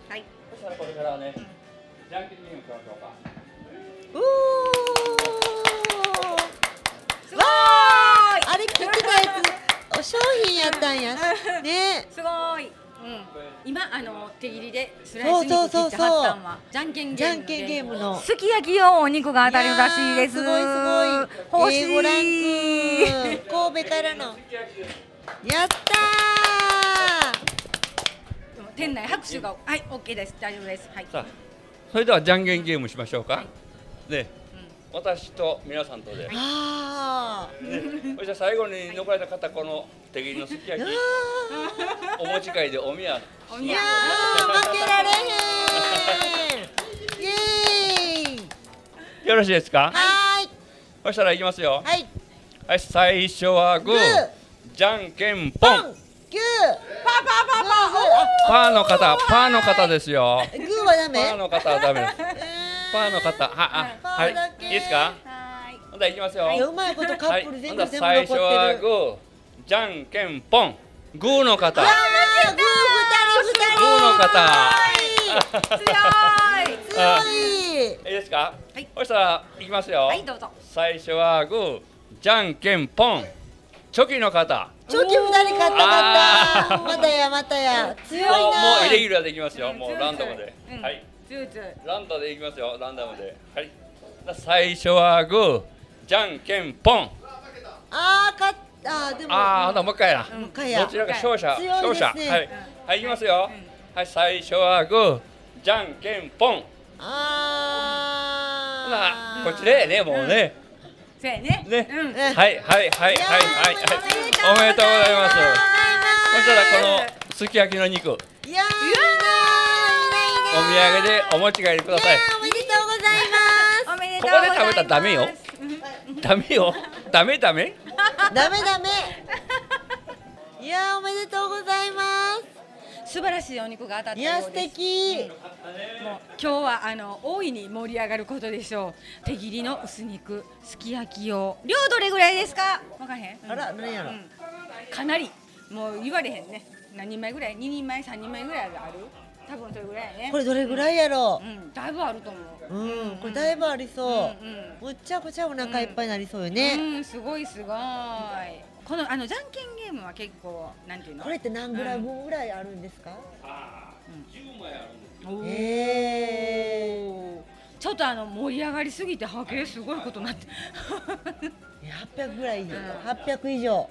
[SPEAKER 1] はい
[SPEAKER 5] そしたらこれからはね、じゃんけんゲームしましょうか。
[SPEAKER 2] うおー
[SPEAKER 1] すごー
[SPEAKER 2] あれ切ってたやつお商品やったんやね
[SPEAKER 1] いすごーいうん今あの手切りでスライス肉切ってはったんはじゃんけんゲ
[SPEAKER 2] じゃ
[SPEAKER 1] ー
[SPEAKER 2] ん
[SPEAKER 1] ム
[SPEAKER 2] けんゲーム
[SPEAKER 1] の
[SPEAKER 2] の
[SPEAKER 3] すき焼き用お肉が当たるらしいです
[SPEAKER 2] やーすごいすごい。
[SPEAKER 3] 欲しい
[SPEAKER 2] A5 ランク神戸からの。やった
[SPEAKER 1] 店内拍手がはいオッケーです大丈夫ですはい
[SPEAKER 5] さあ、それではじゃんけんゲームしましょうか。ね、
[SPEAKER 1] う
[SPEAKER 5] 私と皆さんと
[SPEAKER 2] ー。
[SPEAKER 5] で、
[SPEAKER 2] あ
[SPEAKER 5] ね、そして最後に残られた方、この手切りのすき
[SPEAKER 2] ー
[SPEAKER 5] 焼き、
[SPEAKER 2] あ
[SPEAKER 5] お持ち帰りでおみや。
[SPEAKER 1] お
[SPEAKER 2] ー。い
[SPEAKER 1] み
[SPEAKER 2] や
[SPEAKER 1] や
[SPEAKER 2] ー負けられへん。イエーイ。
[SPEAKER 5] よろしいですか。
[SPEAKER 2] はーい
[SPEAKER 5] そしたらいきますよ。
[SPEAKER 2] はい。
[SPEAKER 5] はい、最初はグー
[SPEAKER 2] グー、
[SPEAKER 5] じゃんけんポ
[SPEAKER 2] ポ
[SPEAKER 5] ン。
[SPEAKER 2] ン。グー。パパパパ。
[SPEAKER 5] パーの方、パーの方ですよ。
[SPEAKER 2] グーはダ
[SPEAKER 5] パ
[SPEAKER 2] メ。
[SPEAKER 5] ーの方はダメです。
[SPEAKER 2] えー
[SPEAKER 5] パーの方、。は、あ、はい、いいですか。
[SPEAKER 1] はーい
[SPEAKER 5] ほんで、いきますよ。
[SPEAKER 2] いやうまいことカップル全部
[SPEAKER 5] はい
[SPEAKER 2] 全部
[SPEAKER 5] ほんな
[SPEAKER 2] 残っ
[SPEAKER 5] ら
[SPEAKER 2] て
[SPEAKER 5] 最初は
[SPEAKER 2] る。
[SPEAKER 5] グーじゃんけんぽんグーの方
[SPEAKER 2] あ
[SPEAKER 5] グ
[SPEAKER 2] ーグー二人二人。
[SPEAKER 5] ーの方
[SPEAKER 1] 強 ーい
[SPEAKER 5] あ
[SPEAKER 2] はい。
[SPEAKER 5] いいですか
[SPEAKER 1] はい
[SPEAKER 5] そしたらいきますよ、
[SPEAKER 1] はいどうぞ
[SPEAKER 5] 最初はグーじゃんけんぽんチョキの方
[SPEAKER 2] チョキ二人勝った勝った。
[SPEAKER 5] あー
[SPEAKER 2] またやまたや。強いな
[SPEAKER 5] もうもうイレギ
[SPEAKER 2] ー。
[SPEAKER 5] ュラーでいきますよもう
[SPEAKER 1] 強い
[SPEAKER 5] ランダムで、
[SPEAKER 1] 強いうん
[SPEAKER 5] はい
[SPEAKER 1] 強い強い
[SPEAKER 5] ランダムでいきますよランダムではい最初はグーじゃんけんぽん
[SPEAKER 2] あー勝った。あーでも。
[SPEAKER 5] ああほんならもう一回やな、
[SPEAKER 2] もう一回
[SPEAKER 5] ど
[SPEAKER 2] や。
[SPEAKER 5] ちらか勝者、
[SPEAKER 2] 強いですね
[SPEAKER 5] 勝者、はい、はい、いきますよ。はい、最初はグー、じゃんけんぽん。ほ
[SPEAKER 2] あ
[SPEAKER 5] な、
[SPEAKER 2] ー。
[SPEAKER 5] こっちでね、もうね、
[SPEAKER 1] せやね
[SPEAKER 5] ね
[SPEAKER 1] うん
[SPEAKER 2] うん。
[SPEAKER 5] はい、はい、はい、はい、
[SPEAKER 2] やー
[SPEAKER 5] はい、はい
[SPEAKER 2] お
[SPEAKER 5] おめ
[SPEAKER 2] めで
[SPEAKER 5] でと
[SPEAKER 2] と
[SPEAKER 5] う
[SPEAKER 2] うご
[SPEAKER 5] ござ
[SPEAKER 2] ざ
[SPEAKER 5] い
[SPEAKER 2] い
[SPEAKER 5] ま
[SPEAKER 2] ますす。
[SPEAKER 5] そしたら、このすき焼きの肉、お土
[SPEAKER 2] いやー。いいなー。
[SPEAKER 5] 産でお持ち帰りください。
[SPEAKER 2] おめでとうございます。
[SPEAKER 1] おめでと
[SPEAKER 5] こ
[SPEAKER 1] う
[SPEAKER 5] こ
[SPEAKER 1] ご
[SPEAKER 5] で
[SPEAKER 1] ざいます
[SPEAKER 5] 食べたらダメよ。ダメよ。ダメダメ。
[SPEAKER 2] ダメダメ。いやーおめでとうございます。
[SPEAKER 1] 素晴らしいお肉が当たった
[SPEAKER 2] い
[SPEAKER 1] よう
[SPEAKER 2] や
[SPEAKER 1] です
[SPEAKER 2] 素敵
[SPEAKER 1] もう今日はあの大いに盛り上がることでしょう手切りの薄肉すき焼き用量どれぐらいですか分かれへん、うん
[SPEAKER 2] あら何やろ
[SPEAKER 1] うんかなりもう言われへんね何人前ぐらい2人前3人前ぐらいある多分それぐらいやね
[SPEAKER 2] これどれぐらいやろ
[SPEAKER 1] うんだいぶあると思
[SPEAKER 2] う
[SPEAKER 1] う
[SPEAKER 2] うんこれだいぶありそう
[SPEAKER 1] うんうん
[SPEAKER 2] むっちゃくちゃお腹いっぱいになりそうよね
[SPEAKER 1] うんすごいすごいこのあのじゃんけんゲームは結構なんていうの
[SPEAKER 2] これって何グラムぐらいあるんですか
[SPEAKER 1] おー
[SPEAKER 2] へ
[SPEAKER 1] ちょっとあの盛り上がりすぎて波形すごいことになって、
[SPEAKER 2] え800ぐらい800以上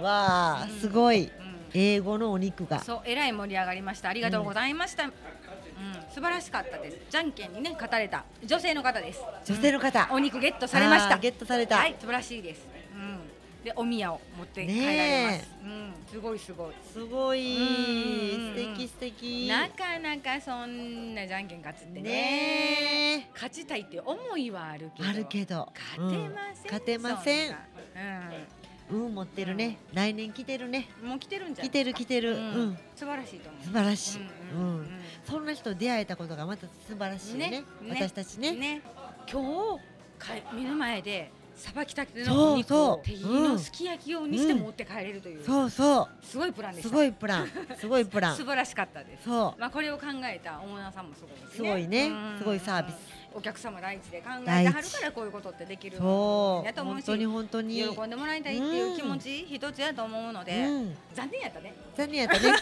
[SPEAKER 1] う
[SPEAKER 2] わあすご
[SPEAKER 1] ん
[SPEAKER 2] い
[SPEAKER 1] うん
[SPEAKER 2] 英語のお肉が
[SPEAKER 1] そうえらい盛り上がりましたありがとうございました、うん素晴らしかったですじゃんけんにね勝たれた女性の方です
[SPEAKER 2] 女性の方
[SPEAKER 1] お肉ゲットされました
[SPEAKER 2] あーゲットされた
[SPEAKER 1] はい素晴らしいです、うん、でお宮を持って帰られます、うん、すごいすごい
[SPEAKER 2] すごい
[SPEAKER 1] うんうんうん
[SPEAKER 2] 素敵素敵
[SPEAKER 1] なかなかそんなじゃんけん勝つってね
[SPEAKER 2] ね
[SPEAKER 1] 勝ちたいって思いはあるけど
[SPEAKER 2] あるけど
[SPEAKER 1] 勝てません、
[SPEAKER 2] うん勝てません
[SPEAKER 1] そな
[SPEAKER 2] 運持ってるね来年来てるね
[SPEAKER 1] うんもう来てるんじゃな
[SPEAKER 2] 来
[SPEAKER 1] い
[SPEAKER 2] てる来てるう
[SPEAKER 1] うん
[SPEAKER 2] ん
[SPEAKER 1] 素晴らしいと思う
[SPEAKER 2] 素晴らしい
[SPEAKER 1] うん
[SPEAKER 2] う
[SPEAKER 1] うん
[SPEAKER 2] んそんな人出会えたことがまた素晴らしいね
[SPEAKER 1] ねね
[SPEAKER 2] 私たちね
[SPEAKER 1] ね今日か目の前でさばきたて
[SPEAKER 2] そう
[SPEAKER 1] のお肉
[SPEAKER 2] そ
[SPEAKER 1] を
[SPEAKER 2] う
[SPEAKER 1] 手切り
[SPEAKER 2] うん
[SPEAKER 1] のすき焼き用にして
[SPEAKER 2] うん
[SPEAKER 1] 持って帰れるという、
[SPEAKER 2] そうそ
[SPEAKER 1] すごいプラン
[SPEAKER 2] う
[SPEAKER 1] でし
[SPEAKER 2] す
[SPEAKER 1] た
[SPEAKER 2] ごいプランすごいプラン
[SPEAKER 1] 素晴らしかったです
[SPEAKER 2] そう
[SPEAKER 1] まあこれを考えたオーナーさんもすごいですね
[SPEAKER 2] すごいね
[SPEAKER 1] うん
[SPEAKER 2] すごいサービス
[SPEAKER 1] お客様第一で考えてはるからこういうことってできる
[SPEAKER 2] そ
[SPEAKER 1] や
[SPEAKER 2] う
[SPEAKER 1] と思う
[SPEAKER 2] 本
[SPEAKER 1] し
[SPEAKER 2] 当に本当に
[SPEAKER 1] 喜んでもらいたいっていう気持ち一つやと思うので、
[SPEAKER 2] うん
[SPEAKER 1] 残念やったね
[SPEAKER 2] 残念やっ たね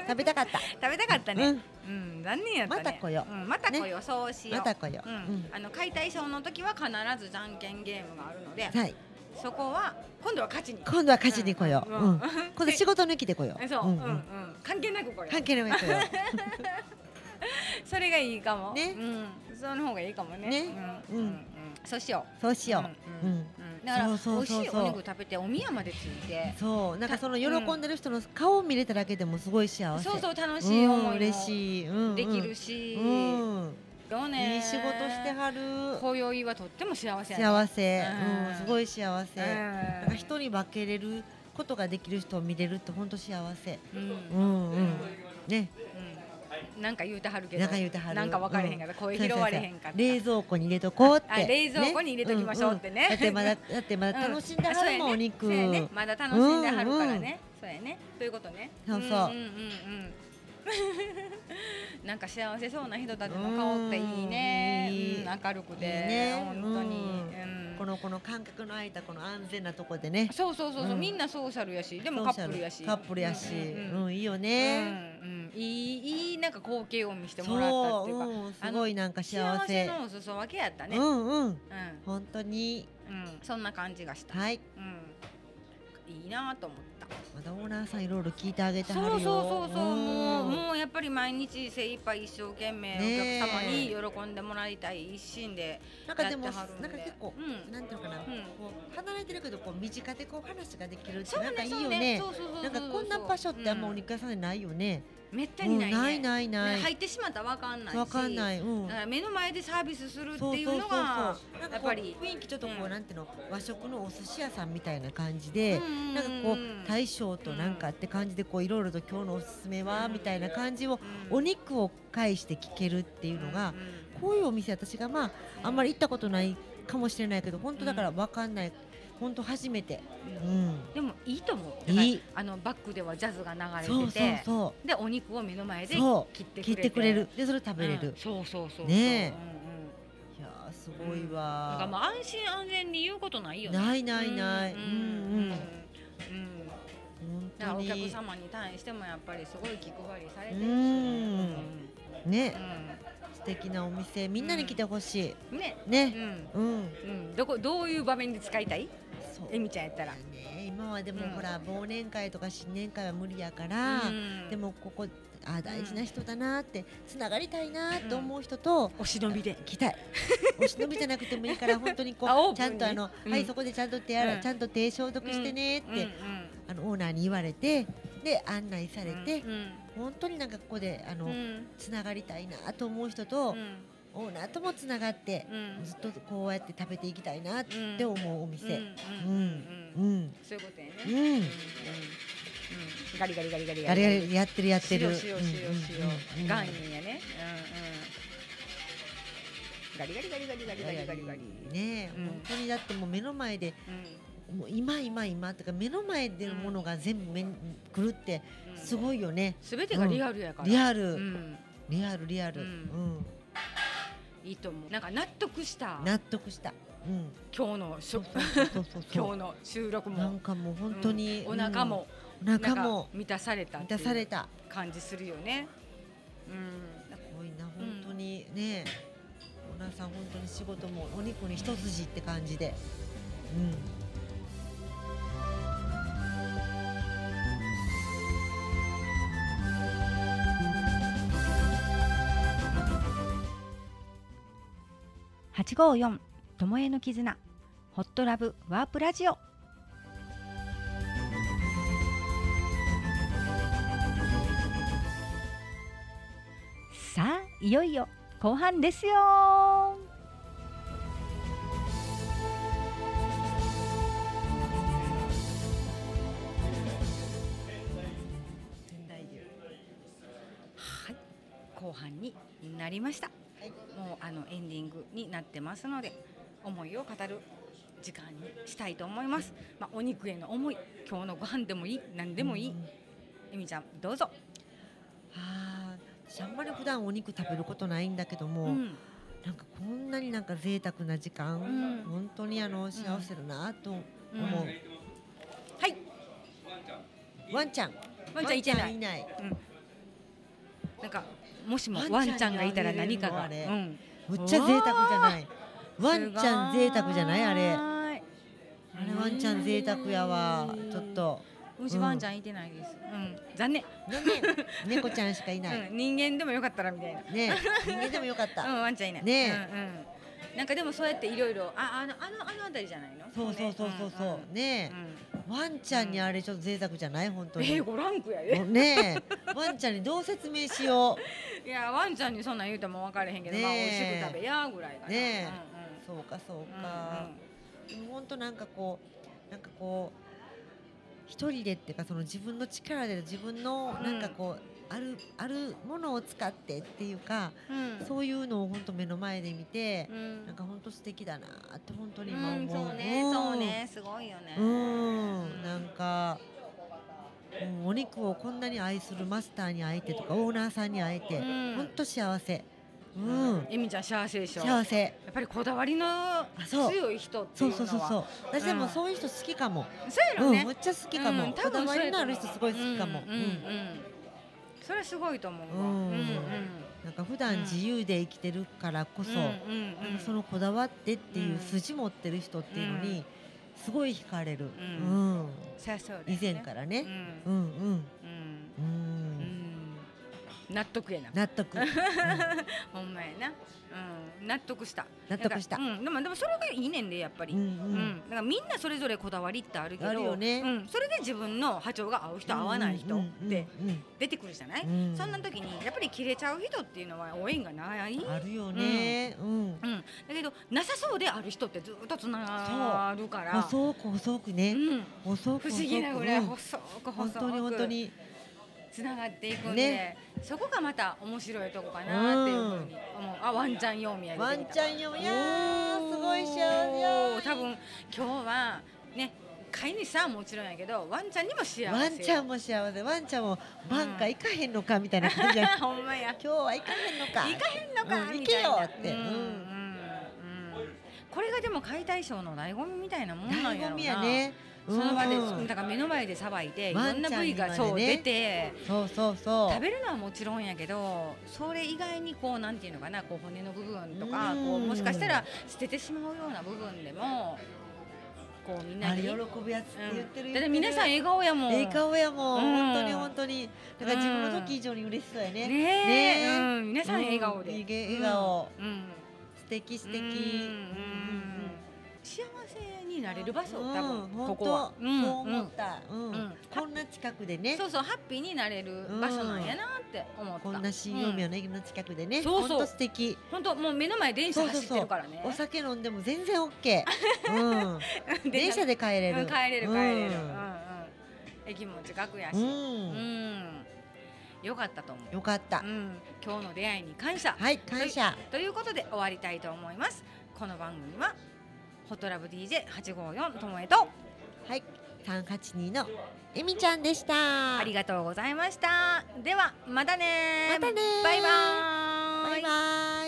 [SPEAKER 2] 食べたかった
[SPEAKER 1] 食べたかったね、うん残念やったね
[SPEAKER 2] また来よう
[SPEAKER 1] うん、また来よう、そうしよう
[SPEAKER 2] また来よう
[SPEAKER 1] うん
[SPEAKER 2] うん
[SPEAKER 1] あの解体ショーの時は必ずじゃんけんゲームがあるので、
[SPEAKER 2] はい
[SPEAKER 1] そこは今度は勝ちに
[SPEAKER 2] 今度は家事に来よう
[SPEAKER 1] うん
[SPEAKER 2] うん今度仕事抜きで来よう
[SPEAKER 1] そう、う
[SPEAKER 2] うんん
[SPEAKER 1] う
[SPEAKER 2] うんん
[SPEAKER 1] 関係なくこれ
[SPEAKER 2] 関係ない来よう
[SPEAKER 1] それがいいかも
[SPEAKER 2] ね
[SPEAKER 1] うん、その方がいいかもね
[SPEAKER 2] ね
[SPEAKER 1] うん
[SPEAKER 2] うん
[SPEAKER 1] うんうんそうしよう
[SPEAKER 2] そうしよう
[SPEAKER 1] う
[SPEAKER 2] うんん
[SPEAKER 1] うんだから
[SPEAKER 2] そうそうそうそう
[SPEAKER 1] 美味しいお肉食べてお宮までついて
[SPEAKER 2] そうなんかその喜んでる人の顔を見れただけでもすごい幸せ
[SPEAKER 1] そうそう楽しい思
[SPEAKER 2] うん
[SPEAKER 1] いも
[SPEAKER 2] 嬉しいうんうん
[SPEAKER 1] できるし、
[SPEAKER 2] うん
[SPEAKER 1] よね
[SPEAKER 2] いい仕事してはる
[SPEAKER 1] 今宵はとっても幸せやね
[SPEAKER 2] 幸せ
[SPEAKER 1] うん
[SPEAKER 2] うんすごい幸せなん
[SPEAKER 1] う
[SPEAKER 2] か人に分けれることができる人を見れるって本当幸せ
[SPEAKER 1] うん
[SPEAKER 2] うんうんね
[SPEAKER 1] うんなんか言うてはるけど
[SPEAKER 2] なんか言うてはる
[SPEAKER 1] なんか分かれへんから、
[SPEAKER 2] うん
[SPEAKER 1] 声拾われへんかった
[SPEAKER 2] そうやそうや冷蔵庫に入れとこうって
[SPEAKER 1] あ冷蔵庫に入れときましょうってね
[SPEAKER 2] だってまだだってまだ楽しんではるもん、
[SPEAKER 1] う
[SPEAKER 2] お肉
[SPEAKER 1] そうやねまだ楽しんではるからね、そうやねということね
[SPEAKER 2] そうそうん
[SPEAKER 1] ん うんうんなんか幸せそうな人たちの顔っていいね、
[SPEAKER 2] うんいい
[SPEAKER 1] うん明るくて
[SPEAKER 2] いいね
[SPEAKER 1] 本当に、うん
[SPEAKER 2] このこの間隔の空いたこの安全なとこでね
[SPEAKER 1] そうそうそうそう、
[SPEAKER 2] うん
[SPEAKER 1] みんなソーシャルやしで
[SPEAKER 2] で
[SPEAKER 1] もカップルやし
[SPEAKER 2] カップルや
[SPEAKER 1] う
[SPEAKER 2] し、うん
[SPEAKER 1] んうんうん
[SPEAKER 2] いいよ
[SPEAKER 1] う
[SPEAKER 2] ね、
[SPEAKER 1] んうんいいいいなんか光景を見せてもらった
[SPEAKER 2] そ
[SPEAKER 1] っていうか
[SPEAKER 2] う、うん、
[SPEAKER 1] あ
[SPEAKER 2] す
[SPEAKER 1] の
[SPEAKER 2] ごいなんか幸せ
[SPEAKER 1] のお裾分けやったね、
[SPEAKER 2] う
[SPEAKER 1] うん
[SPEAKER 2] んうん本当に
[SPEAKER 1] うんそんな感じがした、
[SPEAKER 2] はい
[SPEAKER 1] うん、いいなと思った
[SPEAKER 2] まだオーナーさんいろいろ聞いてあげてはる
[SPEAKER 1] そ
[SPEAKER 2] よ
[SPEAKER 1] うそうそうそう、もうんもうやっぱり毎日精一杯一生懸命
[SPEAKER 2] ねえ
[SPEAKER 1] お客様に喜んでもらいたい一心で
[SPEAKER 2] なんか
[SPEAKER 1] や
[SPEAKER 2] で
[SPEAKER 1] って
[SPEAKER 2] も
[SPEAKER 1] はるんで
[SPEAKER 2] なんか結構、
[SPEAKER 1] うん
[SPEAKER 2] なんていうのかな、
[SPEAKER 1] ん
[SPEAKER 2] こう離れてるけどこう身近でこう話ができるって
[SPEAKER 1] そう
[SPEAKER 2] なんか
[SPEAKER 1] ね
[SPEAKER 2] いい
[SPEAKER 1] そう
[SPEAKER 2] よ
[SPEAKER 1] ね
[SPEAKER 2] ね
[SPEAKER 1] そうそうそうそう
[SPEAKER 2] なんかこんな場所ってあんまお
[SPEAKER 1] う
[SPEAKER 2] 肉屋さんでないよね。
[SPEAKER 1] めった
[SPEAKER 2] う
[SPEAKER 1] に
[SPEAKER 2] ん
[SPEAKER 1] ないね、
[SPEAKER 2] ないないな
[SPEAKER 1] ね入
[SPEAKER 2] い。
[SPEAKER 1] ってしまったらわかんないし
[SPEAKER 2] わかんない。うん
[SPEAKER 1] だか。ら目の前でサービスするっていうの
[SPEAKER 2] なん
[SPEAKER 1] が
[SPEAKER 2] か
[SPEAKER 1] やっ
[SPEAKER 2] こう
[SPEAKER 1] ぱり
[SPEAKER 2] 雰囲気ちょっとこ
[SPEAKER 1] う
[SPEAKER 2] うんなんていうの和食のお寿司屋さんみたいな感じで。
[SPEAKER 1] な
[SPEAKER 2] なんかこう大将となんかって感じでこういろいろと今日のおすすめはみたいな感じをお肉を介して聞けるっていうのがこういうお店私がまああんまり行ったことないかもしれないけど本当だから分かんない本当初めてうん
[SPEAKER 1] でもいいと思う。
[SPEAKER 2] いい
[SPEAKER 1] あのバックではジャズが流れてて
[SPEAKER 2] そうそうそ
[SPEAKER 1] でお肉を目の前で
[SPEAKER 2] そ
[SPEAKER 1] 切っ
[SPEAKER 2] う
[SPEAKER 1] てく
[SPEAKER 2] 聞
[SPEAKER 1] れ
[SPEAKER 2] いてくれるでそれ食べれ
[SPEAKER 1] うん
[SPEAKER 2] る
[SPEAKER 1] そうそうそうそう
[SPEAKER 2] ね
[SPEAKER 1] うんうん
[SPEAKER 2] えいやーすごい
[SPEAKER 1] なんか
[SPEAKER 2] わ
[SPEAKER 1] まあ安心安全に言うことないよね。
[SPEAKER 2] ないないない
[SPEAKER 1] うん
[SPEAKER 2] うんうん
[SPEAKER 1] うん
[SPEAKER 2] 本
[SPEAKER 1] だからお
[SPEAKER 2] 当
[SPEAKER 1] 客
[SPEAKER 2] に
[SPEAKER 1] 様に対してもやっぱりすごい気配りされてるし
[SPEAKER 2] う
[SPEAKER 1] ね
[SPEAKER 2] ん
[SPEAKER 1] う
[SPEAKER 2] ね
[SPEAKER 1] ん
[SPEAKER 2] 素敵なお店みんなに来てほし
[SPEAKER 1] うんね
[SPEAKER 2] いうね
[SPEAKER 1] ん
[SPEAKER 2] うん
[SPEAKER 1] うんどこどういう場面で使いたい
[SPEAKER 2] そう
[SPEAKER 1] えみちゃんやったら
[SPEAKER 2] だね今はでも
[SPEAKER 1] うん
[SPEAKER 2] ほら忘年会とか新年会は無理やか
[SPEAKER 1] う
[SPEAKER 2] ら
[SPEAKER 1] ん
[SPEAKER 2] でもここあー大事な人だなってつながりたいなと思う人と
[SPEAKER 1] お忍びで
[SPEAKER 2] 来たいお忍びじゃなくてもいいから本当にこ
[SPEAKER 1] あオー
[SPEAKER 2] うち
[SPEAKER 1] プン
[SPEAKER 2] ゃ
[SPEAKER 1] に
[SPEAKER 2] んとあの
[SPEAKER 1] うん
[SPEAKER 2] はいそこでちゃんと手洗
[SPEAKER 1] うん
[SPEAKER 2] いちゃんと手消毒してねっ
[SPEAKER 1] うんうん
[SPEAKER 2] てあのオーナーに言われてで案内されて
[SPEAKER 1] うん
[SPEAKER 2] 本当になんかここであ
[SPEAKER 1] う
[SPEAKER 2] の
[SPEAKER 1] ん
[SPEAKER 2] つながりたいなと思う人と、
[SPEAKER 1] うん
[SPEAKER 2] オーナーともつながって、
[SPEAKER 1] うん
[SPEAKER 2] ずっとこうやって食べていきたいなって思うお
[SPEAKER 1] うん
[SPEAKER 2] 店。
[SPEAKER 1] うんう
[SPEAKER 2] うんん、
[SPEAKER 1] そういうことやね
[SPEAKER 2] うん、
[SPEAKER 1] うんうんガリガリガリガリ
[SPEAKER 2] あれやってるやって
[SPEAKER 1] し
[SPEAKER 2] る。
[SPEAKER 1] よ
[SPEAKER 2] う
[SPEAKER 1] うんしようしようしよう岩塩やねうんうんガリガリガリガリガリガリガリガリ
[SPEAKER 2] ねえ、
[SPEAKER 1] うん
[SPEAKER 2] 本当にだってもう目の前で
[SPEAKER 1] う
[SPEAKER 2] もう今今今ってか目の前でのものが全部目にくるって
[SPEAKER 1] んうん
[SPEAKER 2] すごいよね。
[SPEAKER 1] 全てがリアルやから
[SPEAKER 2] リ
[SPEAKER 1] ル
[SPEAKER 2] アル、
[SPEAKER 1] うん
[SPEAKER 2] リアルリアル、う
[SPEAKER 1] うん
[SPEAKER 2] ん
[SPEAKER 1] いいと思うなんか納得した
[SPEAKER 2] 納得した。うん。
[SPEAKER 1] 今日のし
[SPEAKER 2] そう
[SPEAKER 1] ょ
[SPEAKER 2] そうそうそう
[SPEAKER 1] 今
[SPEAKER 2] そ
[SPEAKER 1] 日の収録
[SPEAKER 2] う。な
[SPEAKER 1] も
[SPEAKER 2] んかもう本当に、
[SPEAKER 1] うんお腹も
[SPEAKER 2] うん、お腹も
[SPEAKER 1] なんか満たされたっ
[SPEAKER 2] 満
[SPEAKER 1] て
[SPEAKER 2] たさ
[SPEAKER 1] い
[SPEAKER 2] れ
[SPEAKER 1] う
[SPEAKER 2] た。
[SPEAKER 1] 感じするよねうん
[SPEAKER 2] すごいな本当にね、オーナーさん本当に仕事もお肉に一筋って感じで。うん。
[SPEAKER 3] 854ともえの絆ホットラブワープラジオさあいよいよ後半ですよ
[SPEAKER 2] 仙台牛。
[SPEAKER 1] はい、後半になりました。もうあのエンディングになってますので、思いを語る時間にしたいと思います。まあお肉への思い、今日のご飯でもいい、何でもいい。
[SPEAKER 2] うん
[SPEAKER 1] えみちゃんどうぞ。
[SPEAKER 2] あー私あんまり普段お肉食べることないんだけども、
[SPEAKER 1] うん、
[SPEAKER 2] なんかこんなになんか贅沢な時間、
[SPEAKER 1] うん
[SPEAKER 2] 本当にあの幸せだなと思う、
[SPEAKER 1] うんはい、
[SPEAKER 2] ワンちゃん
[SPEAKER 1] ワンちゃんいけな
[SPEAKER 2] ワン
[SPEAKER 1] い。
[SPEAKER 2] ちゃんいない
[SPEAKER 1] なんかもしも
[SPEAKER 2] ワ
[SPEAKER 1] ワ
[SPEAKER 2] ン
[SPEAKER 1] ン
[SPEAKER 2] ち
[SPEAKER 1] ち
[SPEAKER 2] ゃ
[SPEAKER 1] ゃ
[SPEAKER 2] ん
[SPEAKER 1] ん
[SPEAKER 2] に
[SPEAKER 1] がいたら
[SPEAKER 2] あげれる
[SPEAKER 1] 何
[SPEAKER 2] の
[SPEAKER 1] かが、
[SPEAKER 2] あ
[SPEAKER 1] う
[SPEAKER 2] れ
[SPEAKER 1] ん、
[SPEAKER 2] むっちゃ贅沢じゃないワンちゃん贅沢じゃないあれ
[SPEAKER 1] あ
[SPEAKER 2] あれワンちゃん贅沢やわちょっ。と
[SPEAKER 1] うちワンちゃんいてないです。うん、残念。
[SPEAKER 2] 残念 猫ちゃんしかいない、
[SPEAKER 1] うん、人間でもよかったらみたいな。
[SPEAKER 2] ね人間でもよかった、
[SPEAKER 1] うん、ワンちゃんいない。
[SPEAKER 2] ね
[SPEAKER 1] うんうん、なんかでもそうやっていろいろ、あ、あの、あの、あのあたりじゃないの。
[SPEAKER 2] そうそうそうそうそう、ね
[SPEAKER 1] うんうんうん
[SPEAKER 2] ワンちゃんにあれちょっと贅沢じゃない本当
[SPEAKER 1] え
[SPEAKER 2] に
[SPEAKER 1] ー、五ランクやで。
[SPEAKER 2] ねえワンちゃんにどう説明しよ
[SPEAKER 1] いや、ワンちゃんにそんなん言うても分からへんけど、
[SPEAKER 2] ねえ
[SPEAKER 1] まあ、美味しく食べやぐらいかな。
[SPEAKER 2] ねう
[SPEAKER 1] う
[SPEAKER 2] そうかそうん
[SPEAKER 1] うん
[SPEAKER 2] か、でも本当なんかこうなんかこう一人でっていうかその自分の力で自分の
[SPEAKER 1] うん
[SPEAKER 2] なんかこう、あるあるものを使ってっていうか、
[SPEAKER 1] うんうん。
[SPEAKER 2] そういうのを本当目の前で見て
[SPEAKER 1] う、ん。
[SPEAKER 2] なんか本当素敵だなって本当
[SPEAKER 1] う
[SPEAKER 2] に今
[SPEAKER 1] ん、
[SPEAKER 2] 思う、
[SPEAKER 1] そうね、そうね、すごいよね。
[SPEAKER 2] うん、なんか、うんお肉をこんなに愛するマスターに会えてとかオーナーさんに会えて、
[SPEAKER 1] うん
[SPEAKER 2] 本当幸せ、う
[SPEAKER 1] うんえみちゃん幸せでしょ。
[SPEAKER 2] 幸
[SPEAKER 1] や
[SPEAKER 2] せ
[SPEAKER 1] っぱりこだわりの
[SPEAKER 2] そう
[SPEAKER 1] 強い人ってい
[SPEAKER 2] そうう
[SPEAKER 1] のは。。
[SPEAKER 2] そうそうそうう私で
[SPEAKER 1] う
[SPEAKER 2] も
[SPEAKER 1] ん
[SPEAKER 2] そういう人好きかも、
[SPEAKER 1] そうや
[SPEAKER 2] う
[SPEAKER 1] ろ
[SPEAKER 2] ん
[SPEAKER 1] ね。
[SPEAKER 2] めっちゃ好きかも、
[SPEAKER 1] うん
[SPEAKER 2] こだわりのある人すごい好きかも、
[SPEAKER 1] う
[SPEAKER 2] うん
[SPEAKER 1] う
[SPEAKER 2] ん
[SPEAKER 1] んうんうんそれはすごいと思うわ
[SPEAKER 2] う
[SPEAKER 1] うんんうん
[SPEAKER 2] なんか普段自由で生きてるからこそ、
[SPEAKER 1] うんうん
[SPEAKER 2] なん
[SPEAKER 1] うん
[SPEAKER 2] かそのこだわってっていううん筋持ってる人っていうのにすごい惹かれる、う
[SPEAKER 1] うんそりゃそうだよね
[SPEAKER 2] 以前から
[SPEAKER 1] う
[SPEAKER 2] ね、
[SPEAKER 1] ん
[SPEAKER 2] うん、うん
[SPEAKER 1] うん
[SPEAKER 2] うん
[SPEAKER 1] うん納得やな
[SPEAKER 2] 納得、う
[SPEAKER 1] ほんまやなうん納得した
[SPEAKER 2] 納得した
[SPEAKER 1] なんかうんでもでもそれがいいねんでやっぱり
[SPEAKER 2] んう
[SPEAKER 1] うん
[SPEAKER 2] んうん
[SPEAKER 1] だからみんなそれぞれこだわりってあるけど
[SPEAKER 2] あるよね
[SPEAKER 1] うんそれで自分の波長が合う人合わない人って
[SPEAKER 2] うんうん
[SPEAKER 1] 出てくるじゃない
[SPEAKER 2] うんうん
[SPEAKER 1] そんな時にやっぱり切れちゃう人っていうのは応援がない
[SPEAKER 2] あるよね、うん
[SPEAKER 1] うん、だけどなさそうである人ってずっとつながるから
[SPEAKER 2] 細く細くね、
[SPEAKER 1] うん、
[SPEAKER 2] 細く
[SPEAKER 1] 不
[SPEAKER 2] 細く
[SPEAKER 1] 思議なぐらい
[SPEAKER 2] うん
[SPEAKER 1] 細く
[SPEAKER 2] 本
[SPEAKER 1] 細
[SPEAKER 2] 当に本当
[SPEAKER 1] く
[SPEAKER 2] に
[SPEAKER 1] つながっていくんで、
[SPEAKER 2] ね
[SPEAKER 1] そこがまた面白いとこかなっていうふうに思うあワンちゃん用みや
[SPEAKER 2] ワンちゃんよいやーすごい幸
[SPEAKER 1] お
[SPEAKER 2] せ
[SPEAKER 1] ー多分今日はね飼い主さんはもちろんやけどワンちゃんにも幸せ
[SPEAKER 2] ワンちゃん
[SPEAKER 1] も
[SPEAKER 2] も幸せワンちゃんもバンカ行かへんのかみたいな感じで 今
[SPEAKER 1] ほんまや
[SPEAKER 2] 日は行かへんのか
[SPEAKER 1] 行かへんのか、
[SPEAKER 2] うん
[SPEAKER 1] みたいな
[SPEAKER 2] 行けよって
[SPEAKER 1] うん
[SPEAKER 2] うん
[SPEAKER 1] うんうんこれがでも解体ショーの醍醐味みたいなもんなんやろうな
[SPEAKER 2] 醍醐味やね
[SPEAKER 1] その場で、
[SPEAKER 2] うんうん
[SPEAKER 1] だから目の前でさばいてい
[SPEAKER 2] ワ
[SPEAKER 1] ろ
[SPEAKER 2] ン
[SPEAKER 1] ん
[SPEAKER 2] ちゃ
[SPEAKER 1] なん部位
[SPEAKER 2] に
[SPEAKER 1] が
[SPEAKER 2] まで
[SPEAKER 1] そう
[SPEAKER 2] ね
[SPEAKER 1] 出て
[SPEAKER 2] そうそうそう
[SPEAKER 1] 食べるのはもちろんやけどそれ以外にこうなんていうのかなこう骨の部分とか
[SPEAKER 2] うん
[SPEAKER 1] こうもしかしたら捨ててしまうような部分でもこうみんな
[SPEAKER 2] あれ
[SPEAKER 1] に、
[SPEAKER 2] 喜
[SPEAKER 1] うん、だ
[SPEAKER 2] ぶやつって言ってる、
[SPEAKER 1] っ
[SPEAKER 2] 言って
[SPEAKER 1] て
[SPEAKER 2] る
[SPEAKER 1] 皆さん笑顔やもん
[SPEAKER 2] ええ顔やもん、
[SPEAKER 1] うん
[SPEAKER 2] 本当に本当にだから自分の時以上に嬉しそうや
[SPEAKER 1] ねえ
[SPEAKER 2] ね、ねえ
[SPEAKER 1] うん、皆さん笑顔で、
[SPEAKER 2] うんいいげ笑顔
[SPEAKER 1] うんうん
[SPEAKER 2] 素敵素敵
[SPEAKER 1] うんうん幸せになれる場所、多分、
[SPEAKER 2] うん
[SPEAKER 1] ここは
[SPEAKER 2] 本。当
[SPEAKER 1] うん
[SPEAKER 2] そう思った、うん
[SPEAKER 1] うん
[SPEAKER 2] こんな近くでね
[SPEAKER 1] そうそう、ハッピーになれる場所なんやなって思った。
[SPEAKER 2] こんな新曜日の駅の近くでね、
[SPEAKER 1] うんそうそう
[SPEAKER 2] 本当素敵
[SPEAKER 1] 本当もう目の前電車走ってるからね。
[SPEAKER 2] お酒飲んでも全然オッケー、うん、電車
[SPEAKER 1] で
[SPEAKER 2] で帰れる、
[SPEAKER 1] うん帰れる帰れる。うんうん。駅も近くやし、
[SPEAKER 2] う
[SPEAKER 1] うん、
[SPEAKER 2] ん、
[SPEAKER 1] よかったと思う。
[SPEAKER 2] よかった
[SPEAKER 1] う。ん、今日の出会いに感謝。
[SPEAKER 2] はい、感謝。
[SPEAKER 1] ということで終わりたいと思います。この番組はホットラブ DJ 八五四ともえと
[SPEAKER 2] はい、三八二のえみちゃんでした。
[SPEAKER 1] ありがとうございました。ではまたね
[SPEAKER 2] またねー
[SPEAKER 1] バイバー
[SPEAKER 2] バイバイ。